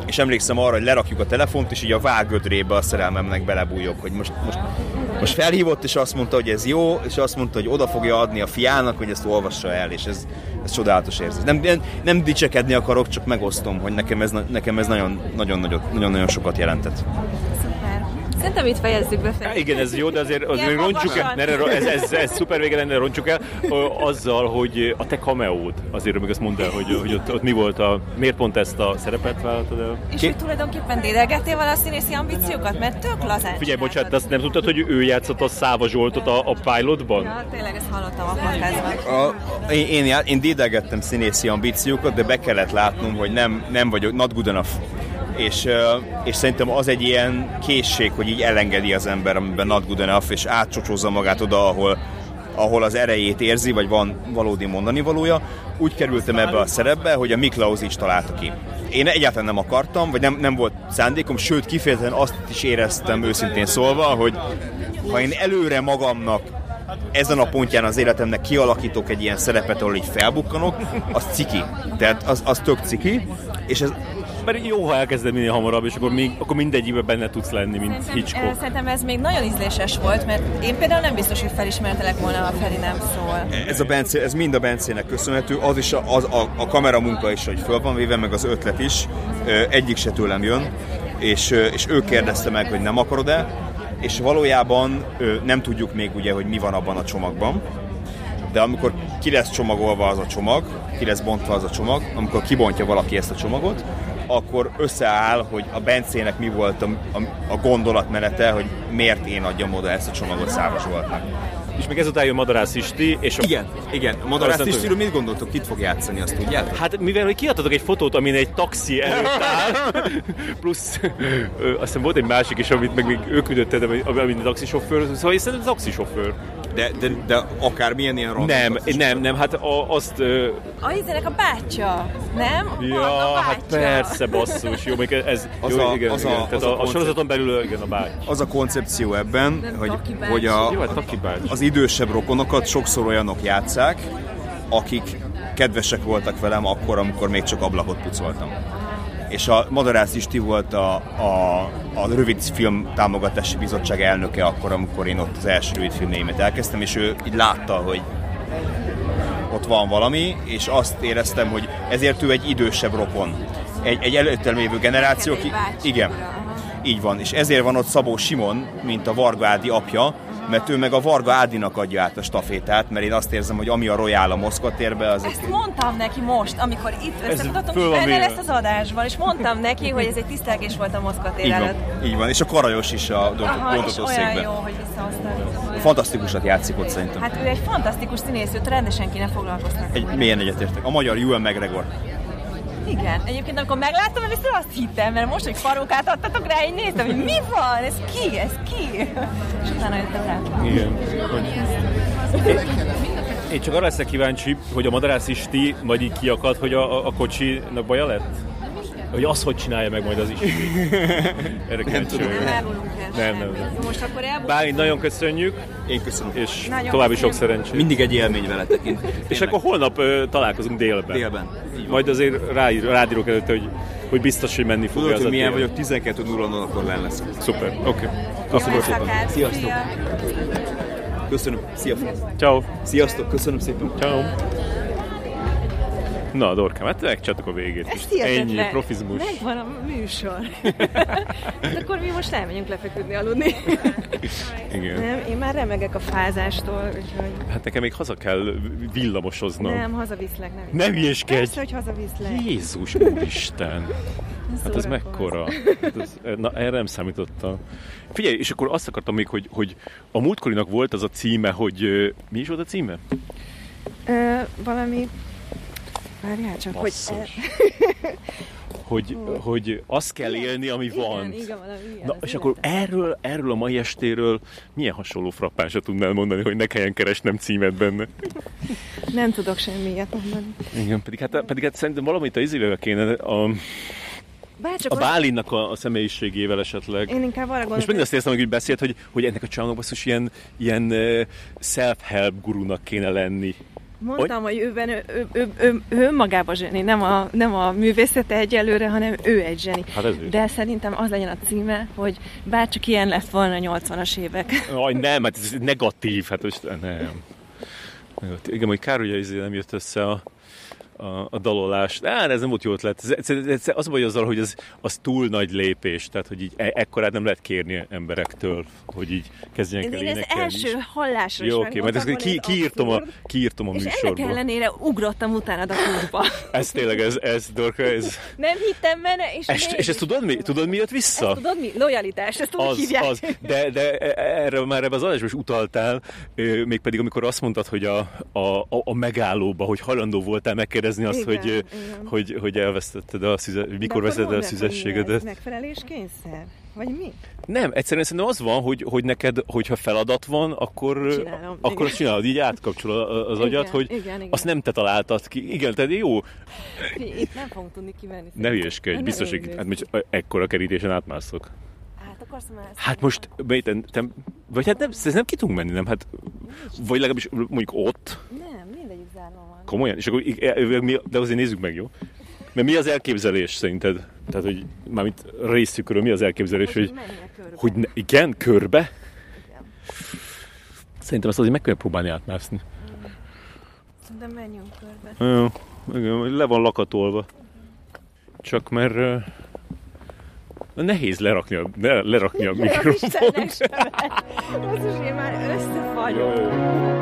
és emlékszem arra, hogy lerakjuk a telefont, és így a vágödrébe a szerelmemnek belebújok, hogy most, most, most felhívott, és azt mondta, hogy ez jó, és azt mondta, hogy oda fogja adni a fiának, hogy ezt olvassa el, és ez, ez csodálatos érzés. Nem, nem, nem dicsekedni akarok, csak megosztom, hogy nekem ez, na- nekem ez nagyon, nagyon, nagyon, nagyon, nagyon sokat jelentett.
Szuper. Szerintem itt fejezzük be
Á,
fel.
Igen, ez jó, de azért az
Ilyen
még roncsuk el,
magasan.
ne, ne, ez, ez, ez szuper vége lenne, roncsuk el, ö, azzal, hogy a te kameód, azért még azt mondd el, hogy, hogy ott, ott mi volt a, miért pont ezt a szerepet vállaltad el?
És hogy tulajdonképpen dédelgettél vala a színészi ambíciókat, mert tök lazán
Figyelj, bocsánat,
csináltad.
te azt nem tudtad, hogy ő játszott a Száva Zsoltot a, a pilotban?
Ja, tényleg ezt hallottam a podcastban.
A, én, én, já- én dédelgettem színészi ambíciókat, de be kellett látnom, hogy nem, nem vagyok, not good enough. És, ö, és szerintem az egy ilyen készség, hogy így elengedi az ember, amiben not good enough, és átcsocsózza magát oda, ahol, ahol az erejét érzi, vagy van valódi mondani valója. Úgy kerültem ebbe a szerepbe, hogy a Miklaus is találta ki. Én egyáltalán nem akartam, vagy nem, nem volt szándékom, sőt kifejezetten azt is éreztem őszintén szólva, hogy ha én előre magamnak ezen a pontján az életemnek kialakítok egy ilyen szerepet, ahol így felbukkanok, az ciki. Tehát az, az tök ciki, és ez
Mert jó, ha elkezded minél hamarabb, és akkor, még, akkor mindegyikben benne tudsz lenni, mint
Szerintem, eh,
Hitchcock.
szerintem ez még nagyon ízléses volt, mert én például nem biztos, hogy felismertelek volna, ha Feri nem szól.
ez, a Bence, ez mind a Bencének köszönhető, az is a, az, a, a kamera munka is, hogy föl van véve, meg az ötlet is, Ö, egyik se tőlem jön, és, ö, és ő kérdezte meg, hogy nem akarod-e, és valójában ö, nem tudjuk még ugye, hogy mi van abban a csomagban, de amikor ki lesz csomagolva az a csomag, ki lesz bontva az a csomag, amikor kibontja valaki ezt a csomagot, akkor összeáll, hogy a Bencének mi volt a, a, a gondolatmenete, hogy miért én adjam oda ezt a csomagot Szávas voltnak. és még ezután jön Madarász Isti, és a...
Igen, igen. A
Azt
madarász
nem
is tudom, mit gondoltok, kit fog játszani, azt tudjátok?
Hát mivel hogy kiadtatok egy fotót, amin egy taxi előtt <laughs> áll, plusz ö, azt hiszem volt egy másik is, amit meg még ő küldött, de ami- ami taxisofőr, szóval én szerintem taxisofőr.
De, de, de akármilyen ilyen random
Nem,
taxis.
nem, nem, hát a, azt... Ö,
A izének a bátyja, nem?
ja, hát persze, basszus, jó, még ez...
Az
jó,
a-
igen,
az a-
igen. Tehát
az a
a, a,
koncept.
sorozaton belül, igen, a báty.
Az a koncepció ebben, hogy,
Taki bácsi.
hogy
Jó,
a,
hát Taki bácsi.
az idősebb rokonokat sokszor olyanok játszák, akik kedvesek voltak velem akkor, amikor még csak ablakot pucoltam. És a Madarász Isti volt a, a, a Rövid Film Támogatási Bizottság elnöke akkor, amikor én ott az első rövid filmjeimet elkezdtem, és ő így látta, hogy ott van valami, és azt éreztem, hogy ezért ő egy idősebb rokon. Egy, egy előttem lévő generáció, ki... Igen. Így van, és ezért van ott Szabó Simon, mint a Varga Ádi apja, mert ő meg a Varga Ádinak adja át a stafétát, mert én azt érzem, hogy ami a Royal a Moszkva térbe, az
Ezt mondtam neki most, amikor itt összefutottunk,
föl
és
van
benne
véve.
lesz az adásban, és mondtam neki, hogy ez egy tisztelgés volt a Moszkva tér
így van,
előtt.
így van. És a Karajos is a
Aha, és
gondoltató
olyan jó,
székben.
hogy visszahoztad.
Fantasztikusat játszik ott szerintem.
Hát ő egy fantasztikus színész, őt rendesen kéne foglalkoznak.
Egy, mélyen egyetértek. A magyar Ewan McGregor.
Igen, egyébként amikor megláttam, először azt hittem, mert most, hogy farokát adtatok rá, én néztem, hogy mi van, ez ki, ez ki? És utána jöttem rá.
Igen. Én csak arra leszek kíváncsi, hogy a madarász is ti majd így kiakad, hogy a, a, a kocsinak baja lett? Hogy az hogy csinálja meg majd az <laughs> is. Erre nem tudom.
Nem árulunk el
Nem,
semmit.
nem,
Most akkor elbújt.
Bálint, nagyon köszönjük,
Én köszönöm. És
és
Nagyon
további sok
köszönjük.
szerencsét.
mindig egy élmény veletek. Én,
És akkor holnap ö, találkozunk délben.
délben.
Majd azért ráír, rádírok előtte, hogy, hogy biztos, hogy menni fog
Tudod,
ez
hogy
a
milyen
dél.
vagyok, 12 0 akkor lenn lesz.
Szuper, oké. Köszönöm szépen.
Akár.
Sziasztok.
Szia.
Köszönöm. Szia.
Ciao.
Sziasztok, köszönöm szépen.
Ciao. Na, Dorkám, hát megcsatok a végét. is. Ennyi, profizmus.
Megvan a <laughs> műsor. hát akkor mi most elmegyünk lefeküdni aludni.
Igen.
nem, én már remegek a fázástól, úgyhogy
Hát nekem még haza kell villamosoznom.
nem, hazaviszlek. Nem.
Ne
Persze,
hülyéskedj!
hogy hazaviszlek.
Jézus úristen! Hát ez mekkora? Hát ez, na, erre nem számítottam. Figyelj, és akkor azt akartam még, hogy, hogy a múltkorinak volt az a címe, hogy ö, mi is volt a címe?
Ö, valami... Várjál csak, hogy...
Basszus. Hogy, hogy azt kell élni, ami van.
Igen, igen, valami ilyen
Na,
az
és akkor erről, erről a mai estéről milyen hasonló frappásra tudnál mondani, hogy ne kelljen keresnem címet benne?
élet. Nem tudok semmi ilyet mondani.
Igen, pedig hát, pedig hát szerintem valamit a izével kéne, a,
Bárcsak
a
az-
Bálinnak a, a személyiségével esetleg.
Én inkább arra
Most
gondolok,
mindig azt érzem, hogy beszélt, hogy, hogy ennek a csávnak basszus ilyen, ilyen ö, self-help gurunak kéne lenni.
Mondtam, hogy, őben, ő, ő, ő, ő, ő magába zseni, nem a, nem a művészete egyelőre, hanem ő egy zseni.
Hát ez ő.
De szerintem az legyen a címe, hogy bárcsak ilyen lett volna a 80-as évek.
Aj, nem, hát ez negatív, hát most nem. Negatív. Igen, hogy kár, hogy az nem jött össze a, a, a dalolás. Á, de hát ez nem volt jó ötlet. Ez, ez, ez, az a baj azzal, hogy ez, az túl nagy lépés, tehát hogy így e, ekkorát nem lehet kérni emberektől, hogy így kezdjenek el
Még az
énekelni. is.
első hallásra is
Jó, oké, majd ezt
megmondtam,
ki,
hogy ez
kiírtom, a,
abszurd,
kiírtom a
És
műsorból.
ennek ellenére ugrottam utánad a kútba.
Ez tényleg, ez, ez, Dorka, ez...
Nem hittem benne, és
És, és ezt tudod mi, tudod mi jött vissza?
Ezt tudod mi? Lojalitás, ezt úgy
az,
hívják.
az, de, de erre már ebben az adásban is utaltál, ö, mégpedig amikor azt mondtad, hogy a, a, a- a megállóba, hogy hajlandó voltál megkérdezni azt,
Igen,
hogy, ö,
igen.
hogy, hogy elvesztetted a szüze,
De
mikor
akkor
veszed el a
mondd meg, hogy mi ez,
szüzességedet.
Megfeleléskényszer? Vagy mi?
Nem, egyszerűen szerintem az van, hogy, hogy neked, hogyha feladat van, akkor,
Csinálom,
akkor
igen.
csinálod, így átkapcsol a- az
Igen,
agyad, hogy
igen, igen.
azt nem te találtad ki. Igen, tehát jó,
Fi, Itt nem fogunk tudni kimenni.
ne
Hát
hülyeskedj,
nem
biztos, hogy
örülök.
hát, most ekkora kerítésen átmászok.
Hát akarsz már
Hát most, Béten, te, vagy hát nem, szerintem nem ki tudunk menni, nem? Hát, vagy legalábbis mondjuk ott,
Nem, mindegyik zárva van.
komolyan, és akkor, i- e- e- mi- de azért nézzük meg, jó? Mert mi az elképzelés szerinted? Tehát, hogy mármint részükről mi az elképzelés, hogy,
Menjél körbe.
hogy ne, igen, körbe? Szerintem ezt azért meg kell próbálni átmászni.
De menjünk körbe.
Jó, igen, le van lakatolva. Csak mert ö, nehéz lerakni a,
<laughs>
ne, lerakni a mikrofont.
Istennek sem. Basszus, én már összefagyok.
Jó.